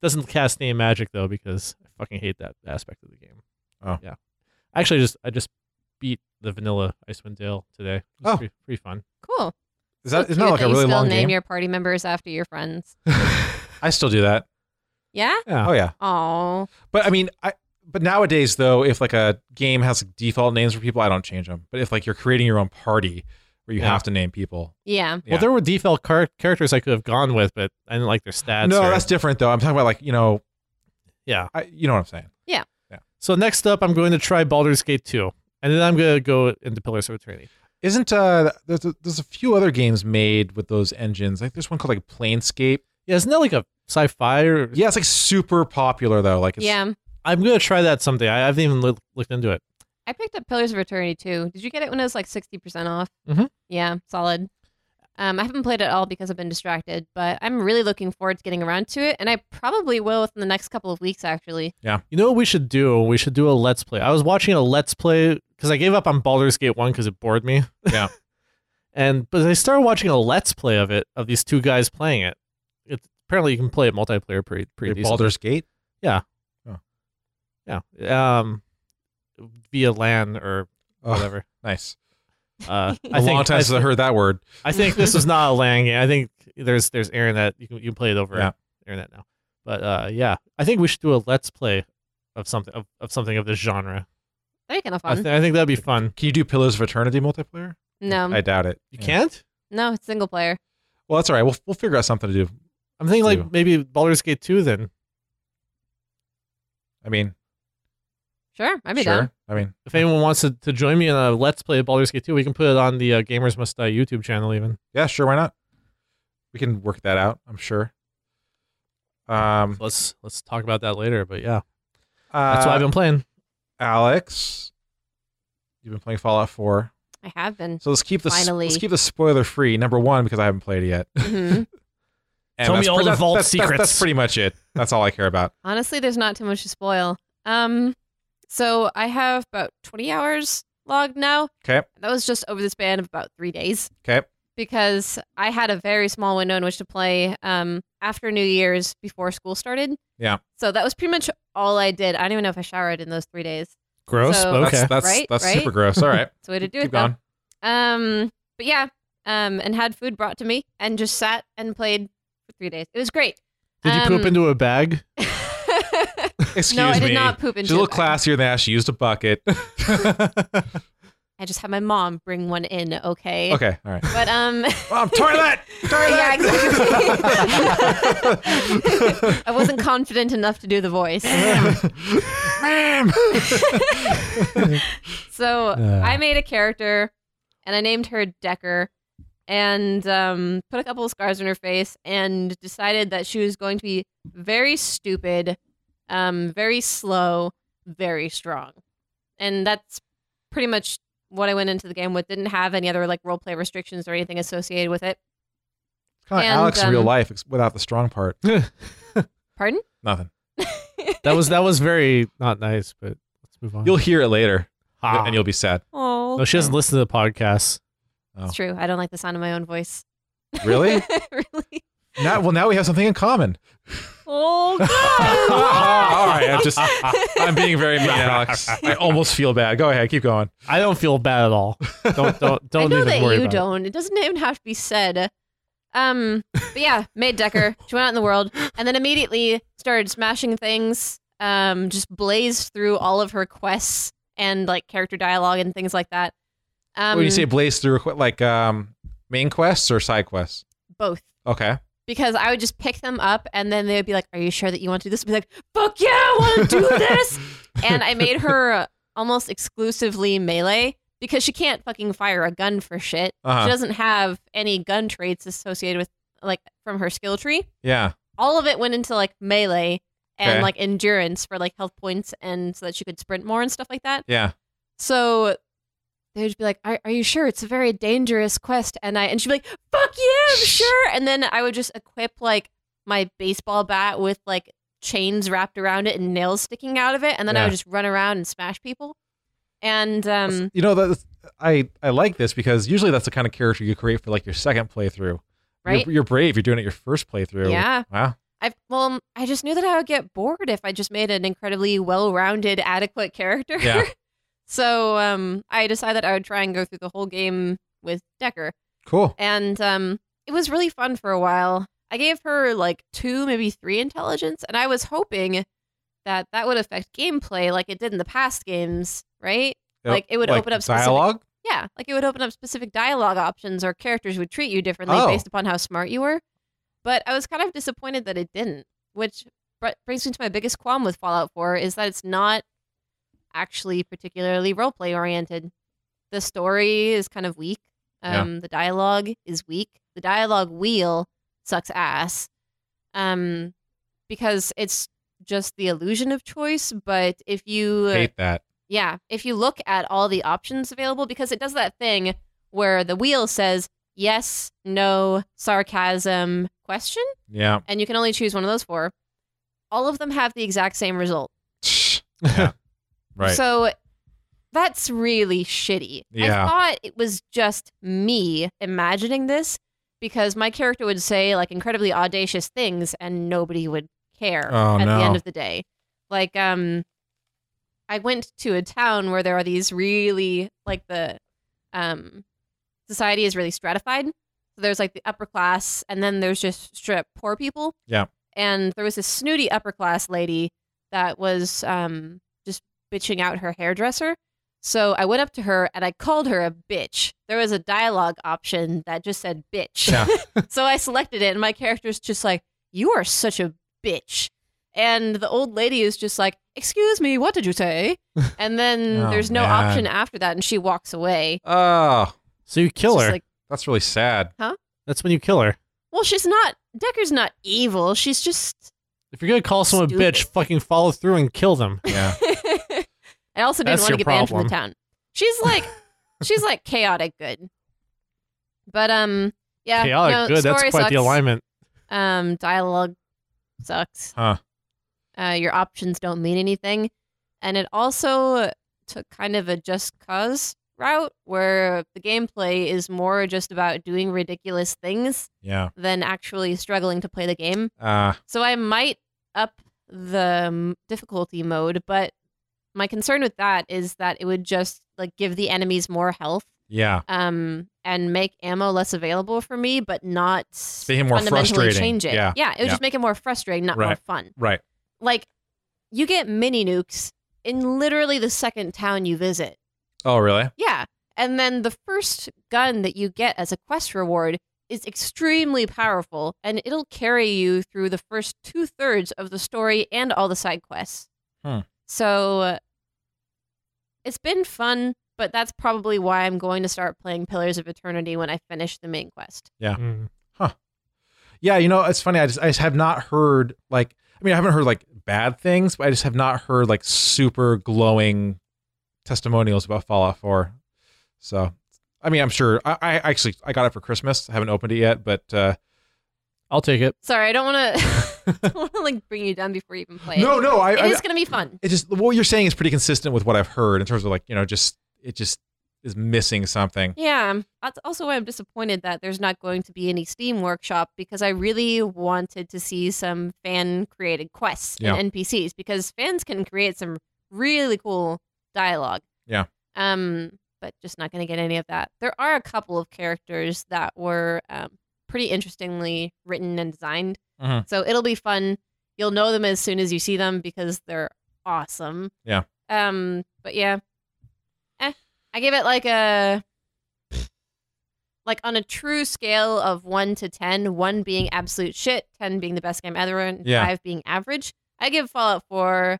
Speaker 9: doesn't cast any magic though, because I fucking hate that aspect of the game.
Speaker 7: Oh.
Speaker 9: yeah. Actually, I just I just beat the vanilla Icewind Dale today. It was
Speaker 7: Oh.
Speaker 9: pretty, pretty fun.
Speaker 8: Cool.
Speaker 7: is
Speaker 8: So
Speaker 7: that isn't that
Speaker 8: cute
Speaker 7: like a
Speaker 8: you
Speaker 7: really
Speaker 8: still
Speaker 7: long
Speaker 8: name
Speaker 7: game?
Speaker 8: your party members after your friends.
Speaker 7: I still do that.
Speaker 8: Yeah?
Speaker 9: Yeah.
Speaker 7: Oh yeah.
Speaker 8: Oh.
Speaker 7: But I mean, I but nowadays though, if like a game has like, default names for people, I don't change them. But if like you're creating your own party where you
Speaker 9: Yeah.
Speaker 7: have to name people,
Speaker 8: Yeah.
Speaker 7: Yeah.
Speaker 9: Well, there were default car- characters I could have gone with, but I didn't like their stats.
Speaker 7: no,
Speaker 9: or-
Speaker 7: that's different though. I'm talking about like you know,
Speaker 9: Yeah.
Speaker 7: I, you know what I'm saying.
Speaker 9: So next up, I'm going to try Baldur's Gate 2, and then I'm gonna go into Pillars of Eternity.
Speaker 7: Isn't uh there's a, there's a few other games made with those engines. Like there's one called like Planescape.
Speaker 9: Yeah, isn't that like a sci-fi or
Speaker 7: Yeah, it's like super popular though. Like it's,
Speaker 8: Yeah.
Speaker 9: I'm gonna try that someday. I haven't even loo- looked into it.
Speaker 8: I picked up Pillars of Eternity too. Did you get it when it was like sixty percent off?
Speaker 9: Mhm.
Speaker 8: Yeah, solid. Um, I haven't played it all because I've been distracted, but I'm really looking forward to getting around to it, and I probably will within the next couple of weeks. Actually,
Speaker 9: You know what we should do? We should do a let's play. I was watching a let's play because I gave up on Baldur's Gate one because it bored me.
Speaker 7: Yeah.
Speaker 9: *laughs* and but I started watching a let's play of it of these two guys playing it. It apparently you can play it multiplayer pretty pretty
Speaker 7: Like
Speaker 9: decent.
Speaker 7: Baldur's Gate.
Speaker 9: yeah. Um, via LAN or
Speaker 7: Oh, *laughs*
Speaker 9: whatever.
Speaker 7: Nice.
Speaker 9: Uh,
Speaker 7: A
Speaker 9: I think,
Speaker 7: long time
Speaker 9: I
Speaker 7: since I
Speaker 9: thi-
Speaker 7: heard that word.
Speaker 9: I think this is not a LAN game. I think there's there's internet. You can you can play it over
Speaker 7: Yeah.
Speaker 9: internet now. But uh, yeah, I think we should do a let's play of something of, of something of this genre.
Speaker 8: that'd be kind of
Speaker 9: I,
Speaker 8: fun.
Speaker 9: th- I think that'd be fun.
Speaker 7: Can you do Pillars of Eternity multiplayer?
Speaker 8: no,
Speaker 7: I doubt it.
Speaker 9: You
Speaker 7: Yeah.
Speaker 9: can't.
Speaker 8: no, it's single player.
Speaker 7: Well, that's all right. We'll we'll figure out something to do.
Speaker 9: I'm thinking
Speaker 7: Two.
Speaker 9: like maybe Baldur's Gate 2 then.
Speaker 7: I mean,
Speaker 8: Sure, I'd be
Speaker 7: sure.
Speaker 8: down.
Speaker 7: I mean,
Speaker 9: If anyone wants to, to join me in a Let's Play of Baldur's Gate 2, we can put it on the uh, Gamers Must Die YouTube channel even.
Speaker 7: Yeah, sure. Why not? We can work that out. I'm sure. Um,
Speaker 9: Let's let's talk about that later, but yeah.
Speaker 7: uh,
Speaker 9: That's what I've been playing.
Speaker 7: Alex, you've been playing Fallout 4.
Speaker 8: I have been.
Speaker 7: So let's keep the
Speaker 8: Finally.
Speaker 7: let's keep the spoiler free. Number one, because I haven't played it
Speaker 8: *laughs*
Speaker 7: yet.
Speaker 9: *laughs*
Speaker 8: Mhm.
Speaker 7: And
Speaker 9: Tell me
Speaker 7: that's
Speaker 9: all
Speaker 7: pre-
Speaker 9: the
Speaker 7: that's-
Speaker 9: vault
Speaker 7: that's- that's-
Speaker 9: secrets.
Speaker 7: that's pretty much it. That's all I care about.
Speaker 8: Honestly, there's not too much to spoil. Um, so I have about twenty hours logged now.
Speaker 7: Okay.
Speaker 8: That was just over the span of about three days.
Speaker 7: Okay.
Speaker 8: because I had a very small window in which to play um, after New Year's before school started.
Speaker 7: Yeah.
Speaker 8: So that was pretty much all I did. I don't even know if I showered in those three days.
Speaker 7: Gross.
Speaker 8: So-
Speaker 7: but okay. That's that's,
Speaker 8: Right,
Speaker 7: that's
Speaker 8: right?
Speaker 7: super gross. All right.
Speaker 8: That's the way to *laughs* do
Speaker 7: Keep
Speaker 8: it. though.
Speaker 7: going.
Speaker 8: Um, but yeah, um, and had food brought to me and just sat and played for three days. It was great. *laughs*
Speaker 9: Did you poop
Speaker 8: Um,
Speaker 9: into
Speaker 8: *laughs*
Speaker 9: a bag?
Speaker 7: Excuse
Speaker 8: I did
Speaker 7: me.
Speaker 8: not poop into
Speaker 7: She's a little
Speaker 8: a bag.
Speaker 7: classier than that. She used a
Speaker 8: *laughs*
Speaker 7: bucket.
Speaker 8: I just had my mom bring one in. Okay.
Speaker 7: okay. All right. *laughs*
Speaker 8: But um, *laughs*
Speaker 7: Mom, toilet.
Speaker 8: yeah,
Speaker 7: Toilet. *laughs*
Speaker 8: exactly. *laughs* I wasn't confident enough to do the voice.
Speaker 7: *laughs* Ma'am.
Speaker 8: So
Speaker 7: Uh.
Speaker 8: I made a character and I named her Decker and um, put a couple of scars on her face and decided that she was going to be very stupid, um, very slow, very strong. And that's pretty much what I went into the game with. Didn't have any other like role play restrictions or anything associated with it.
Speaker 7: Kind of
Speaker 8: And,
Speaker 7: Alex in real
Speaker 8: um,
Speaker 7: life ex- without the strong part.
Speaker 8: Pardon?
Speaker 7: Nothing.
Speaker 9: That was that was very not nice, but let's move on.
Speaker 7: You'll hear it later,
Speaker 9: Ah.
Speaker 7: and you'll be sad.
Speaker 8: Oh,
Speaker 9: no, she doesn't listen to the podcast.
Speaker 8: It's true. I don't like the sound of my own voice.
Speaker 7: *laughs*
Speaker 8: *laughs*
Speaker 7: Really?
Speaker 8: really?
Speaker 7: now, well, now we have something in common. *laughs* All
Speaker 8: Oh *laughs* God!
Speaker 7: right. I'm just. I'm being very mean, Alex. I almost feel bad. Go ahead. Keep going.
Speaker 9: I don't feel bad
Speaker 7: *laughs*
Speaker 9: at all. Don't don't don't
Speaker 8: I know
Speaker 9: even
Speaker 8: that
Speaker 9: worry
Speaker 8: you
Speaker 9: about it.
Speaker 8: don't. It. doesn't even have to be said. Um, but
Speaker 9: *laughs*
Speaker 8: yeah, made Decker. She went out in the world and then immediately started smashing things. Um, just blazed through all of her quests and like character dialogue and things like that. Um,
Speaker 7: when you say blaze through, requ- like um, main quests or side quests?
Speaker 8: both.
Speaker 7: Okay.
Speaker 8: Because I would just pick them up and then they would be like, Are you sure that you want to do this? I'd be like, Fuck yeah, I want
Speaker 9: *laughs*
Speaker 8: to do this. and I made her almost exclusively melee because she can't fucking fire a gun for shit.
Speaker 7: Uh-huh.
Speaker 8: She doesn't have any gun traits associated with like from her skill tree.
Speaker 7: Yeah.
Speaker 8: All of it went into like melee and
Speaker 7: Okay.
Speaker 8: like endurance for like health points and so that she could sprint more and stuff like that.
Speaker 7: Yeah.
Speaker 8: So they'd be like, are, "Are you sure it's a very dangerous quest?" And I and she'd be like, "Fuck yeah, I'm sure." And then I would just equip like my baseball bat with like chains wrapped around it and nails sticking out of it, and then I
Speaker 7: Yeah.
Speaker 8: would just run around and smash people. And um,
Speaker 7: you know that I I like this because usually that's the kind of character you create for like your second playthrough.
Speaker 8: Right?
Speaker 7: You're, you're brave. You're doing it your first playthrough.
Speaker 8: Yeah. *laughs*
Speaker 7: Wow.
Speaker 8: I well, um, I just knew that I would get bored if I just made an incredibly well-rounded, adequate character.
Speaker 7: Yeah.
Speaker 8: *laughs* so um, I decided I would try and go through the whole game with Decker.
Speaker 7: Cool.
Speaker 8: and um, it was really fun for a while. I gave her like two, maybe three intelligence, and I was hoping that that would affect gameplay like it did in the past games, right? Like, it would open up specific-
Speaker 7: dialogue.
Speaker 8: Yeah, like it would open up specific dialogue options or characters would treat you differently
Speaker 7: Oh.
Speaker 8: based upon how smart you were. But I was kind of disappointed that it didn't, which br- brings me to my biggest qualm with Fallout 4 is that it's not actually particularly role play oriented. The story is kind of weak.
Speaker 7: Yeah.
Speaker 8: Um, The dialogue is weak. The dialogue wheel sucks ass um, because it's just the illusion of choice. But if you uh,
Speaker 7: Hate that.
Speaker 8: yeah, if you look at all the options available, because it does that thing where the wheel says yes, no, sarcasm, question, *laughs*
Speaker 7: Yeah.
Speaker 8: and you can only choose one of those four. All of them have the exact same result.
Speaker 7: yeah. Right.
Speaker 8: So that's really shitty.
Speaker 7: Yeah.
Speaker 8: I thought it was just me imagining this because my character would say like incredibly audacious things and nobody would care
Speaker 7: Oh,
Speaker 8: at
Speaker 7: no.
Speaker 8: the end of the day. Like um I went to a town where there are these really like the um society is really stratified. So there's like the upper class and then there's just straight up poor people.
Speaker 7: Yeah.
Speaker 8: And there was this snooty upper class lady that was um just bitching out her hairdresser. So I went up to her and I called her a bitch. There was a dialogue option that just said bitch.
Speaker 7: Yeah.
Speaker 8: *laughs* so I selected it and my character's just like, You are such a bitch. And the old lady is just like, Excuse me, what did
Speaker 7: *laughs*
Speaker 8: you say? And then
Speaker 7: Oh,
Speaker 8: there's no
Speaker 7: man.
Speaker 8: option after that and she walks away.
Speaker 7: oh,
Speaker 9: So you kill
Speaker 8: It's just
Speaker 9: her.
Speaker 8: like,
Speaker 7: that's really sad.
Speaker 9: That's when you kill her.
Speaker 8: well, she's not Decker's not evil. She's just
Speaker 9: If you're gonna call someone a bitch,
Speaker 8: Stupid.
Speaker 9: fucking follow through and kill them.
Speaker 8: *laughs*
Speaker 7: Yeah.
Speaker 8: I also didn't
Speaker 9: That's
Speaker 8: want to
Speaker 9: your
Speaker 8: get banned from the
Speaker 9: problem.
Speaker 8: town. She's
Speaker 9: *laughs*
Speaker 8: like, she's like chaotic good, but um, yeah,
Speaker 9: Chaotic
Speaker 8: no,
Speaker 9: good. That's
Speaker 8: story
Speaker 9: quite
Speaker 8: sucks.
Speaker 9: the alignment.
Speaker 8: Um, dialogue sucks.
Speaker 7: Huh.
Speaker 8: Uh, your options don't mean anything, and it also took kind of a just cause route where the gameplay is more just about doing ridiculous things
Speaker 7: Yeah.
Speaker 8: than actually struggling to play the game.
Speaker 7: Uh,
Speaker 8: So I might up the um, difficulty mode, but my concern with that is that it would just like give the enemies more health
Speaker 7: Yeah.
Speaker 8: um and make ammo less available for me, but not
Speaker 7: Make it more
Speaker 8: fundamentally
Speaker 7: frustrating.
Speaker 8: change it.
Speaker 7: Yeah.
Speaker 8: it would
Speaker 7: Yeah.
Speaker 8: just make it more frustrating, not more
Speaker 7: Right.
Speaker 8: fun.
Speaker 7: Right.
Speaker 8: Like you get mini nukes in literally the second town you visit.
Speaker 7: Oh, really?
Speaker 8: Yeah. And then the first gun that you get as a quest reward is extremely powerful and it'll carry you through the first two thirds of the story and all the side quests.
Speaker 7: Hmm.
Speaker 8: So uh, it's been fun, but that's probably why I'm going to start playing Pillars of Eternity when I finish the main quest.
Speaker 7: Yeah.
Speaker 9: Hmm.
Speaker 7: Yeah. You know, it's funny. I just I just have not heard like I mean I haven't heard like bad things, but I just have not heard like super glowing testimonials about Fallout 4. So I mean I'm sure I, I actually I got it for Christmas. I haven't opened it yet, but uh,
Speaker 9: I'll take it.
Speaker 8: Sorry, I don't *laughs* want to want to like bring you down before you even play
Speaker 7: no,
Speaker 8: it.
Speaker 7: no, I,
Speaker 8: it
Speaker 7: I
Speaker 8: is going to be fun.
Speaker 7: it just what you're saying is pretty consistent with what I've heard in terms of like you know just it just is missing something.
Speaker 8: Yeah, um, that's also why I'm disappointed that there's not going to be any Steam Workshop because I really wanted to see some fan created quests
Speaker 7: Yeah.
Speaker 8: and NPCs because fans can create some really cool dialogue.
Speaker 7: Yeah.
Speaker 8: Um, but just not going to get any of that. There are a couple of characters that were um, pretty interestingly written and designed,
Speaker 7: Mhm.
Speaker 8: so it'll be fun. You'll know them as soon as you see them because they're awesome.
Speaker 7: Yeah.
Speaker 8: Um, but yeah, eh, I give it like a like on a true scale of one to ten, one being absolute shit, ten being the best game ever, and
Speaker 7: Yeah.
Speaker 8: five being average. I give Fallout Four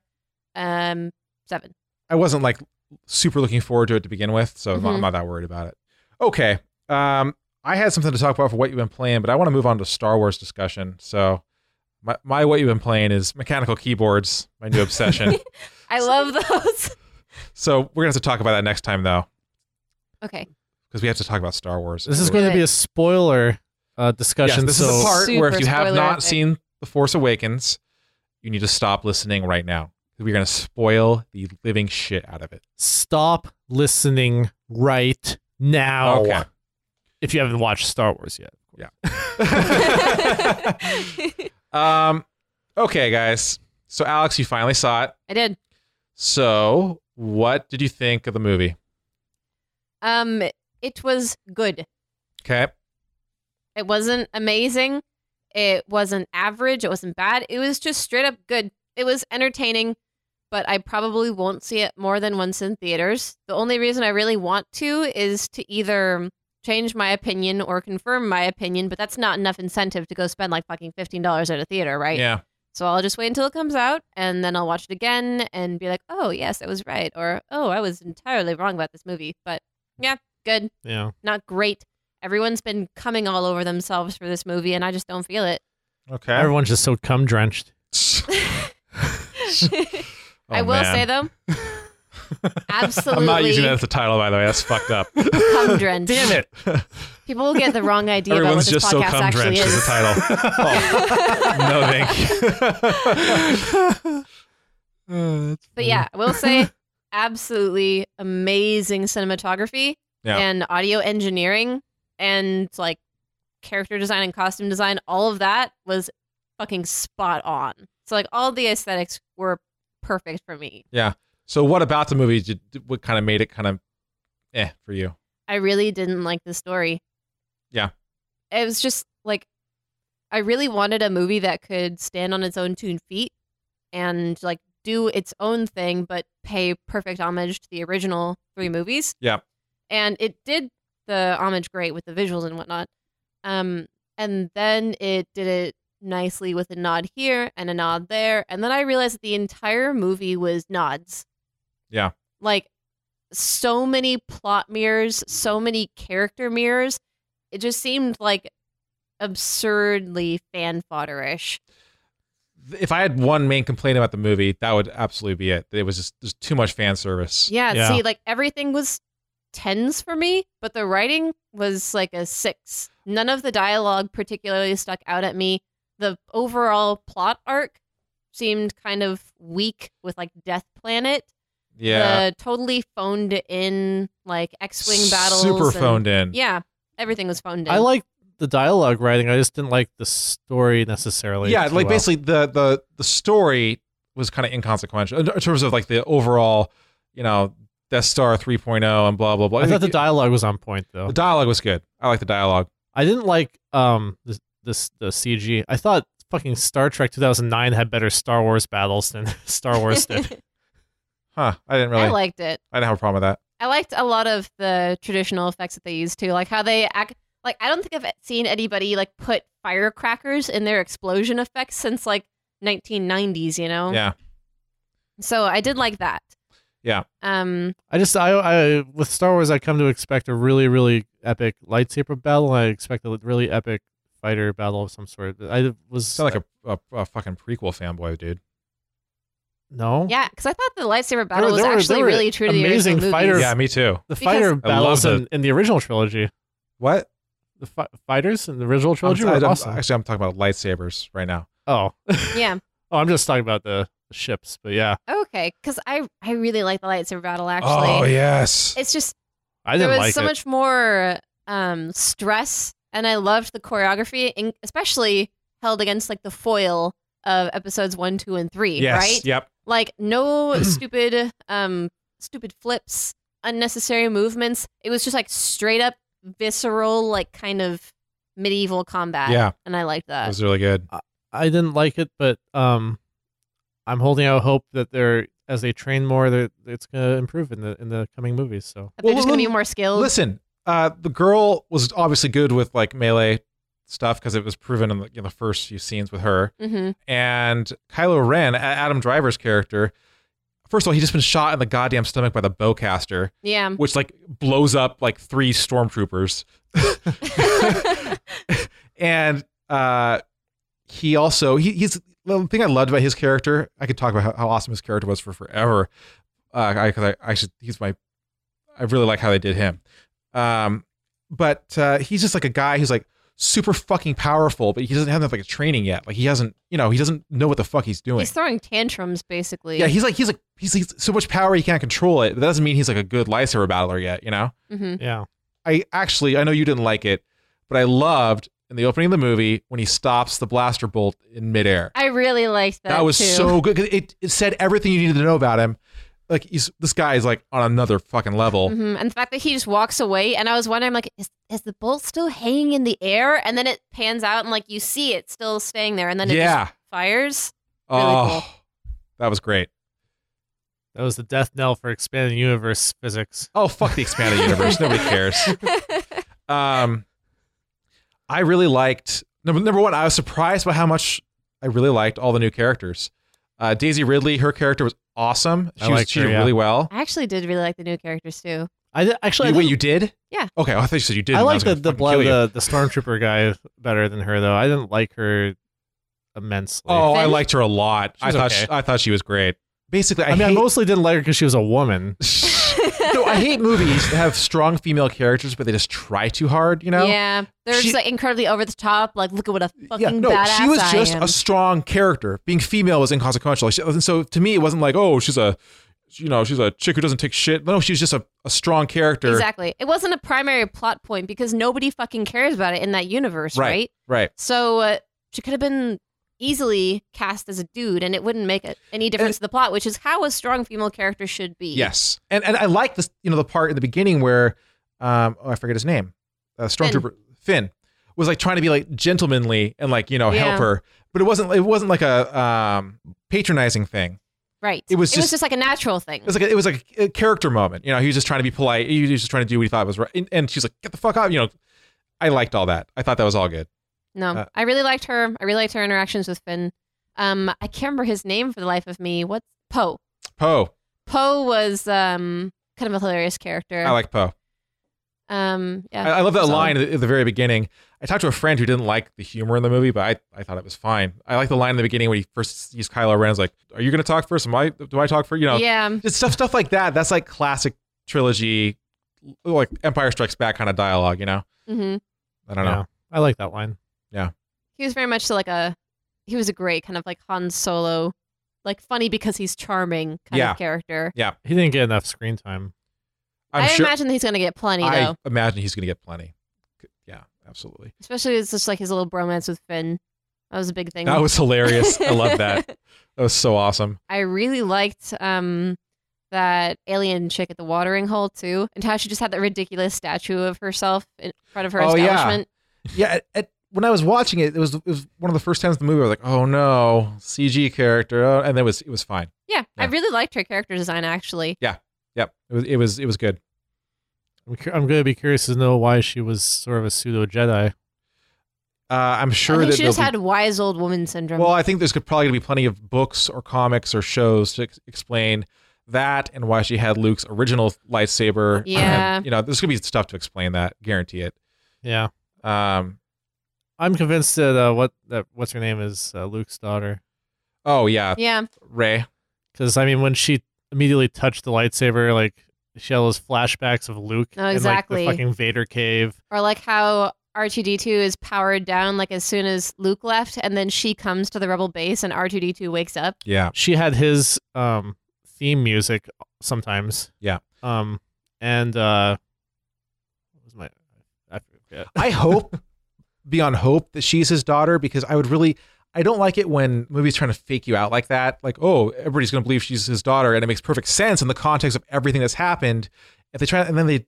Speaker 8: um seven.
Speaker 7: I wasn't like super looking forward to it to begin with, so I'm, not, I'm
Speaker 8: Mhm.
Speaker 7: not that worried about it. Okay, um, I had something to talk about for what you've been playing, but I want to move on to Star Wars discussion. So my my what you've been playing is mechanical keyboards, my new obsession.
Speaker 8: I love those. *laughs*
Speaker 7: so we're gonna have to talk about that next time though,
Speaker 8: okay.
Speaker 7: because we have to talk about Star Wars.
Speaker 9: This is going to be a spoiler uh,
Speaker 7: Yes,
Speaker 9: discussion.
Speaker 7: this
Speaker 9: so
Speaker 7: is the part where if
Speaker 8: Super
Speaker 7: you have
Speaker 8: spoiler
Speaker 7: not
Speaker 8: alert.
Speaker 7: seen The Force Awakens, you need to stop listening right now. We're going to spoil the living shit out of it.
Speaker 9: stop listening right now.
Speaker 7: Okay.
Speaker 9: If you haven't watched Star Wars yet.
Speaker 8: *laughs*
Speaker 9: *laughs*
Speaker 8: I
Speaker 7: *laughs* Um, okay, guys. So, Alex, you finally saw it.
Speaker 8: did.
Speaker 7: So, what did you think of the movie?
Speaker 8: Um it was good.
Speaker 7: Okay.
Speaker 8: It wasn't amazing. It wasn't average. It wasn't bad. It was just straight up good. It was entertaining, but I probably won't see it more than once in theaters. The only reason I really want to is to either change my opinion or confirm my opinion, but that's not enough incentive to go spend like fucking $15 at a theater, right?
Speaker 7: Yeah.
Speaker 8: So I'll just wait until it comes out and then I'll watch it again and be like, oh, yes, I was right. Or, oh, I was entirely wrong about this movie. But yeah, good
Speaker 9: Yeah.
Speaker 8: not great. Everyone's been coming all over themselves for this movie, and I just don't feel it.
Speaker 7: Okay.
Speaker 9: Everyone's just so cum drenched.
Speaker 8: I will say though, absolutely,
Speaker 7: Oh, *laughs* I'm not using that *laughs* as the title, by the way. That's fucked
Speaker 8: *laughs*
Speaker 7: up.
Speaker 8: cum drenched.
Speaker 9: Damn it.
Speaker 8: People will get the wrong idea about what
Speaker 7: Everyone's
Speaker 8: this
Speaker 7: just so
Speaker 8: podcast
Speaker 7: cum
Speaker 8: actually
Speaker 7: drenched is the
Speaker 8: is.
Speaker 7: title. Oh, no,
Speaker 8: *laughs*
Speaker 7: thank you.
Speaker 9: *laughs*
Speaker 7: *laughs*
Speaker 8: But yeah, I will say, absolutely amazing cinematography
Speaker 7: Yeah.
Speaker 8: and audio engineering and like character design and costume design. All of that was fucking spot on. So like all the aesthetics were perfect for me.
Speaker 7: So, what about the movie? Did, what kind of made it kind of eh for you?
Speaker 8: I really didn't like the story.
Speaker 7: Yeah.
Speaker 8: It was just like I really wanted a movie that could stand on its own two feet and like do its own thing but pay perfect homage to the original three movies.
Speaker 7: Yeah.
Speaker 8: And it did the homage great with the visuals and whatnot. Um and then it did it nicely with a nod here and a nod there. And then I realized that the entire movie was nods.
Speaker 7: Yeah.
Speaker 8: Like so many plot mirrors, so many character mirrors. It just seemed like absurdly fan fodderish.
Speaker 7: If I had one main complaint about the movie, that would absolutely be it. It was just there's too much fan service.
Speaker 8: Yeah,
Speaker 9: Yeah.
Speaker 8: see, like everything was tens for me, but the writing was like a six. None of the dialogue particularly stuck out at me. The overall plot arc seemed kind of weak with like Death Planet.
Speaker 7: Yeah.
Speaker 8: The totally phoned in like X Wing battles.
Speaker 7: Super
Speaker 8: and-
Speaker 7: phoned in.
Speaker 8: *laughs* Yeah. Everything was phoned in.
Speaker 9: I like the dialogue writing. I just didn't like the story necessarily.
Speaker 7: yeah,
Speaker 9: too
Speaker 7: like
Speaker 9: well.
Speaker 7: basically the the the story was kind of inconsequential in in terms of like the overall, you know, Death Star 3.0 and blah blah blah.
Speaker 9: I thought the dialogue was on point though.
Speaker 7: the dialogue was good. I like the dialogue.
Speaker 9: I didn't like um this, this the CG. I thought fucking Star Trek 2009 had better Star Wars battles than *laughs* Star Wars did.
Speaker 7: Huh? I didn't really.
Speaker 8: I liked it.
Speaker 7: I didn't have a problem with that.
Speaker 8: I liked a lot of the traditional effects that they used too, like how they act. Like I don't think I've seen anybody like put firecrackers in their explosion effects since like 1990s. You know.
Speaker 7: Yeah.
Speaker 8: So I did like that.
Speaker 7: Yeah.
Speaker 8: Um.
Speaker 9: I just I, I with Star Wars I come to expect a really really epic lightsaber battle. I expect a really epic fighter battle of some sort. I was uh,
Speaker 7: Sound like a, a, a fucking prequel fanboy, dude.
Speaker 9: no.
Speaker 8: Yeah, because I thought the lightsaber
Speaker 9: There
Speaker 8: battle
Speaker 9: were-
Speaker 8: was
Speaker 9: there were-
Speaker 8: actually
Speaker 9: there were
Speaker 8: really true to the
Speaker 9: amazing
Speaker 8: original movies.
Speaker 9: fighter-
Speaker 7: Yeah, me too.
Speaker 9: The
Speaker 8: Because- I
Speaker 9: fighter
Speaker 8: love
Speaker 9: battles in,
Speaker 7: the-
Speaker 9: in the original trilogy.
Speaker 7: What?
Speaker 9: The fi- fighters in the original
Speaker 7: I'm-
Speaker 9: trilogy
Speaker 7: I-
Speaker 9: were
Speaker 7: I'm-
Speaker 9: awesome.
Speaker 7: Actually, I'm talking about lightsabers right now.
Speaker 9: oh,
Speaker 8: Yeah.
Speaker 9: oh, I'm just talking about the, the ships, but yeah,
Speaker 8: Okay. Because I I really like the lightsaber battle actually.
Speaker 7: oh yes.
Speaker 8: It's just
Speaker 9: I
Speaker 8: there
Speaker 9: didn't
Speaker 8: was
Speaker 9: like
Speaker 8: so
Speaker 9: it.
Speaker 8: much more um, stress, and I loved the choreography, in, especially held against like the foil of episodes one, two, and three.
Speaker 7: yes.
Speaker 8: Right?
Speaker 7: Yep.
Speaker 8: Like
Speaker 7: *clears throat*
Speaker 8: no stupid, um, stupid flips, unnecessary movements. It was just like straight up visceral, like kind of medieval combat.
Speaker 7: Yeah.
Speaker 8: and I liked that.
Speaker 7: It was really good.
Speaker 9: I didn't like it, but um, I'm holding out hope that they're as they train more, they're, it's gonna improve in the in the coming movies. So
Speaker 8: That they're
Speaker 7: Well,
Speaker 8: just gonna
Speaker 7: let-
Speaker 8: be more skilled.
Speaker 7: Listen, uh, the girl was obviously good with like melee stuff because it was proven in the, you know, the first few scenes with her.
Speaker 8: hmm
Speaker 7: And Kylo Ren, A- Adam Driver's character, first of all, he just been shot in the goddamn stomach by the bowcaster,
Speaker 8: Yeah.
Speaker 7: which like blows up like three stormtroopers. and uh, he also he, he's the thing I loved about his character. I could talk about how, how awesome his character was for forever. Uh, I, cause I actually he's my I really like how they did him. Um, but uh, he's just like a guy who's like super fucking powerful, but he doesn't have enough like training yet. Like he hasn't, you know, he doesn't know what the fuck he's doing.
Speaker 8: He's throwing tantrums basically.
Speaker 7: yeah, he's like he's like he's, he's so much power he can't control it. But that doesn't mean he's like a good lightsaber battler yet, you know.
Speaker 8: hmm
Speaker 9: yeah,
Speaker 7: I actually, I know you didn't like it, but I loved in the opening of the movie when he stops the blaster bolt in midair.
Speaker 8: I really liked that.
Speaker 7: That, was
Speaker 8: too.
Speaker 7: so good. 'cause It, it said everything you needed to know about him. Like he's this guy is like on another fucking level.
Speaker 8: hmm And the fact that he just walks away, and I was wondering, like, is, is the bolt still hanging in the air? And then it pans out, and like you see it still staying there, and then it
Speaker 7: Yeah.
Speaker 8: just fires. really
Speaker 7: oh, that was great.
Speaker 9: that was the death knell for expanding universe physics.
Speaker 7: Oh fuck the expanded universe. Nobody
Speaker 8: *laughs*
Speaker 7: cares. Um, I really liked number number one. I was surprised by how much I really liked all the new characters. Uh, Daisy Ridley, her character was awesome.
Speaker 9: I
Speaker 7: She was
Speaker 9: liked
Speaker 7: she
Speaker 9: her,
Speaker 7: did
Speaker 9: yeah.
Speaker 7: really well.
Speaker 8: I actually did really like the new characters too.
Speaker 9: I did, actually I
Speaker 7: you, wait,
Speaker 9: didn't-
Speaker 7: you did?
Speaker 8: Yeah.
Speaker 7: Okay, I thought you said you did.
Speaker 9: I like the the, blood,
Speaker 7: blood.
Speaker 9: the the stormtrooper guy better than her though. I didn't like her immensely.
Speaker 7: Oh, I
Speaker 8: Finn?
Speaker 7: liked her a lot.
Speaker 9: She
Speaker 7: I
Speaker 9: was
Speaker 7: thought
Speaker 9: okay.
Speaker 7: she, I thought she was great. Basically, I,
Speaker 9: I, mean,
Speaker 7: *laughs*
Speaker 9: I
Speaker 7: hate,
Speaker 9: mostly didn't like her because she was a woman.
Speaker 7: no, I hate movies that have strong female characters, but they just try too hard. You know?
Speaker 8: yeah, they're
Speaker 7: She-
Speaker 8: just like incredibly over the top. Like, look at what a fucking
Speaker 7: Yeah, no,
Speaker 8: badass
Speaker 7: she was
Speaker 8: I
Speaker 7: just
Speaker 8: am.
Speaker 7: a strong character. Being female was inconsequential. She- and so to me, it wasn't like, oh, she's a, you know, she's a chick who doesn't take shit. No, she's just a, a strong character.
Speaker 8: exactly. It wasn't a primary plot point because nobody fucking cares about it in that universe,
Speaker 7: Right.
Speaker 8: right?
Speaker 7: Right.
Speaker 8: So uh, she could have been easily cast as a dude, and it wouldn't make a, any difference to the plot, which is how a strong female character should be.
Speaker 7: Yes. And and I like this, you know, the part in the beginning where, um, oh, I forget his name, uh, Stormtrooper Finn. was like trying to be like gentlemanly and like you know
Speaker 8: Yeah.
Speaker 7: help her, but it wasn't it wasn't like a um patronizing thing.
Speaker 8: Right.
Speaker 7: It was
Speaker 8: it
Speaker 7: just-
Speaker 8: was just like a natural thing.
Speaker 7: It was like a, it was like a character moment. You know, he was just trying to be polite. He was just trying to do what he thought was right. And, and she's like, "Get the fuck out!" You know, I liked all that. I thought that was all good.
Speaker 8: no,
Speaker 7: uh,
Speaker 8: I really liked her. I really liked her interactions with Finn. Um, I can't remember his name for the life of me. What's Poe?
Speaker 7: Poe,
Speaker 8: Poe was um kind of a hilarious character.
Speaker 7: I like Poe.
Speaker 8: um, yeah.
Speaker 7: I, I love that
Speaker 8: So-
Speaker 7: line at the very beginning. I talked to a friend who didn't like the humor in the movie, but I, I thought it was fine. I like the line in the beginning when he first sees Kylo Ren. He's like, "Are you going to talk first? Am I? Do I talk first? You know,
Speaker 8: Yeah.
Speaker 7: it's stuff stuff like that. That's like classic trilogy, like Empire Strikes Back kind of dialogue. You know,
Speaker 8: hmm
Speaker 7: I don't
Speaker 9: Yeah,
Speaker 7: know.
Speaker 9: I like that line.
Speaker 8: He was very much like a. He was a great kind of like Han Solo, like funny because he's charming kind
Speaker 7: Yeah.
Speaker 8: of character.
Speaker 9: He didn't get enough screen time.
Speaker 7: I'm
Speaker 8: I
Speaker 7: sure.
Speaker 8: imagine that he's gonna get plenty
Speaker 7: I
Speaker 8: though.
Speaker 7: imagine he's going to get plenty. Yeah, absolutely.
Speaker 8: Especially it's just like his little bromance with Finn. That was a big thing.
Speaker 7: That was hilarious. I love
Speaker 8: *laughs*
Speaker 7: that. That was so awesome.
Speaker 8: I really liked um that alien chick at the watering hole too, and how she just had that ridiculous statue of herself in front of her
Speaker 7: Oh, yeah.
Speaker 8: establishment.
Speaker 7: Yeah, at, at, when I was watching it, it was it was one of the first times in the movie I was like, oh no, CG character, oh, and it was it was fine.
Speaker 8: Yeah. I
Speaker 7: Yeah.
Speaker 8: really liked her character design actually.
Speaker 7: Yep, it was it was it was good.
Speaker 9: I'm, cur- I'm going to be curious to know why she was sort of a pseudo Jedi.
Speaker 7: Uh, I'm sure
Speaker 8: I think
Speaker 7: that
Speaker 8: she just
Speaker 7: there'll
Speaker 8: had wise old woman
Speaker 7: be,
Speaker 8: syndrome.
Speaker 7: well, I think there's could probably gonna be plenty of books or comics or shows to ex- explain that and why she had Luke's original lightsaber. and,
Speaker 8: Yeah.
Speaker 7: you know, there's gonna be stuff to explain that. Guarantee it.
Speaker 9: Yeah,
Speaker 7: Um.
Speaker 9: I'm convinced that uh, what that what's her name is uh, Luke's daughter.
Speaker 7: Oh yeah,
Speaker 8: yeah.
Speaker 7: Ray.
Speaker 9: Because I mean, when she immediately touched the lightsaber, like she had those flashbacks of Luke.
Speaker 8: Oh,
Speaker 9: In,
Speaker 8: exactly.
Speaker 9: like, the fucking Vader cave.
Speaker 8: Or like how R2D2 is powered down like as soon as Luke left and then she comes to the rebel base and R2D2 wakes up.
Speaker 7: Yeah.
Speaker 9: She had his um theme music sometimes.
Speaker 7: Yeah.
Speaker 9: Um, and uh, what was my I forget.
Speaker 7: I hope beyond hope that she's his daughter because I would really I don't like it when movies trying to fake you out like that. Like, oh, everybody's gonna believe she's his daughter, and it makes perfect sense in the context of everything that's happened. If they try and then they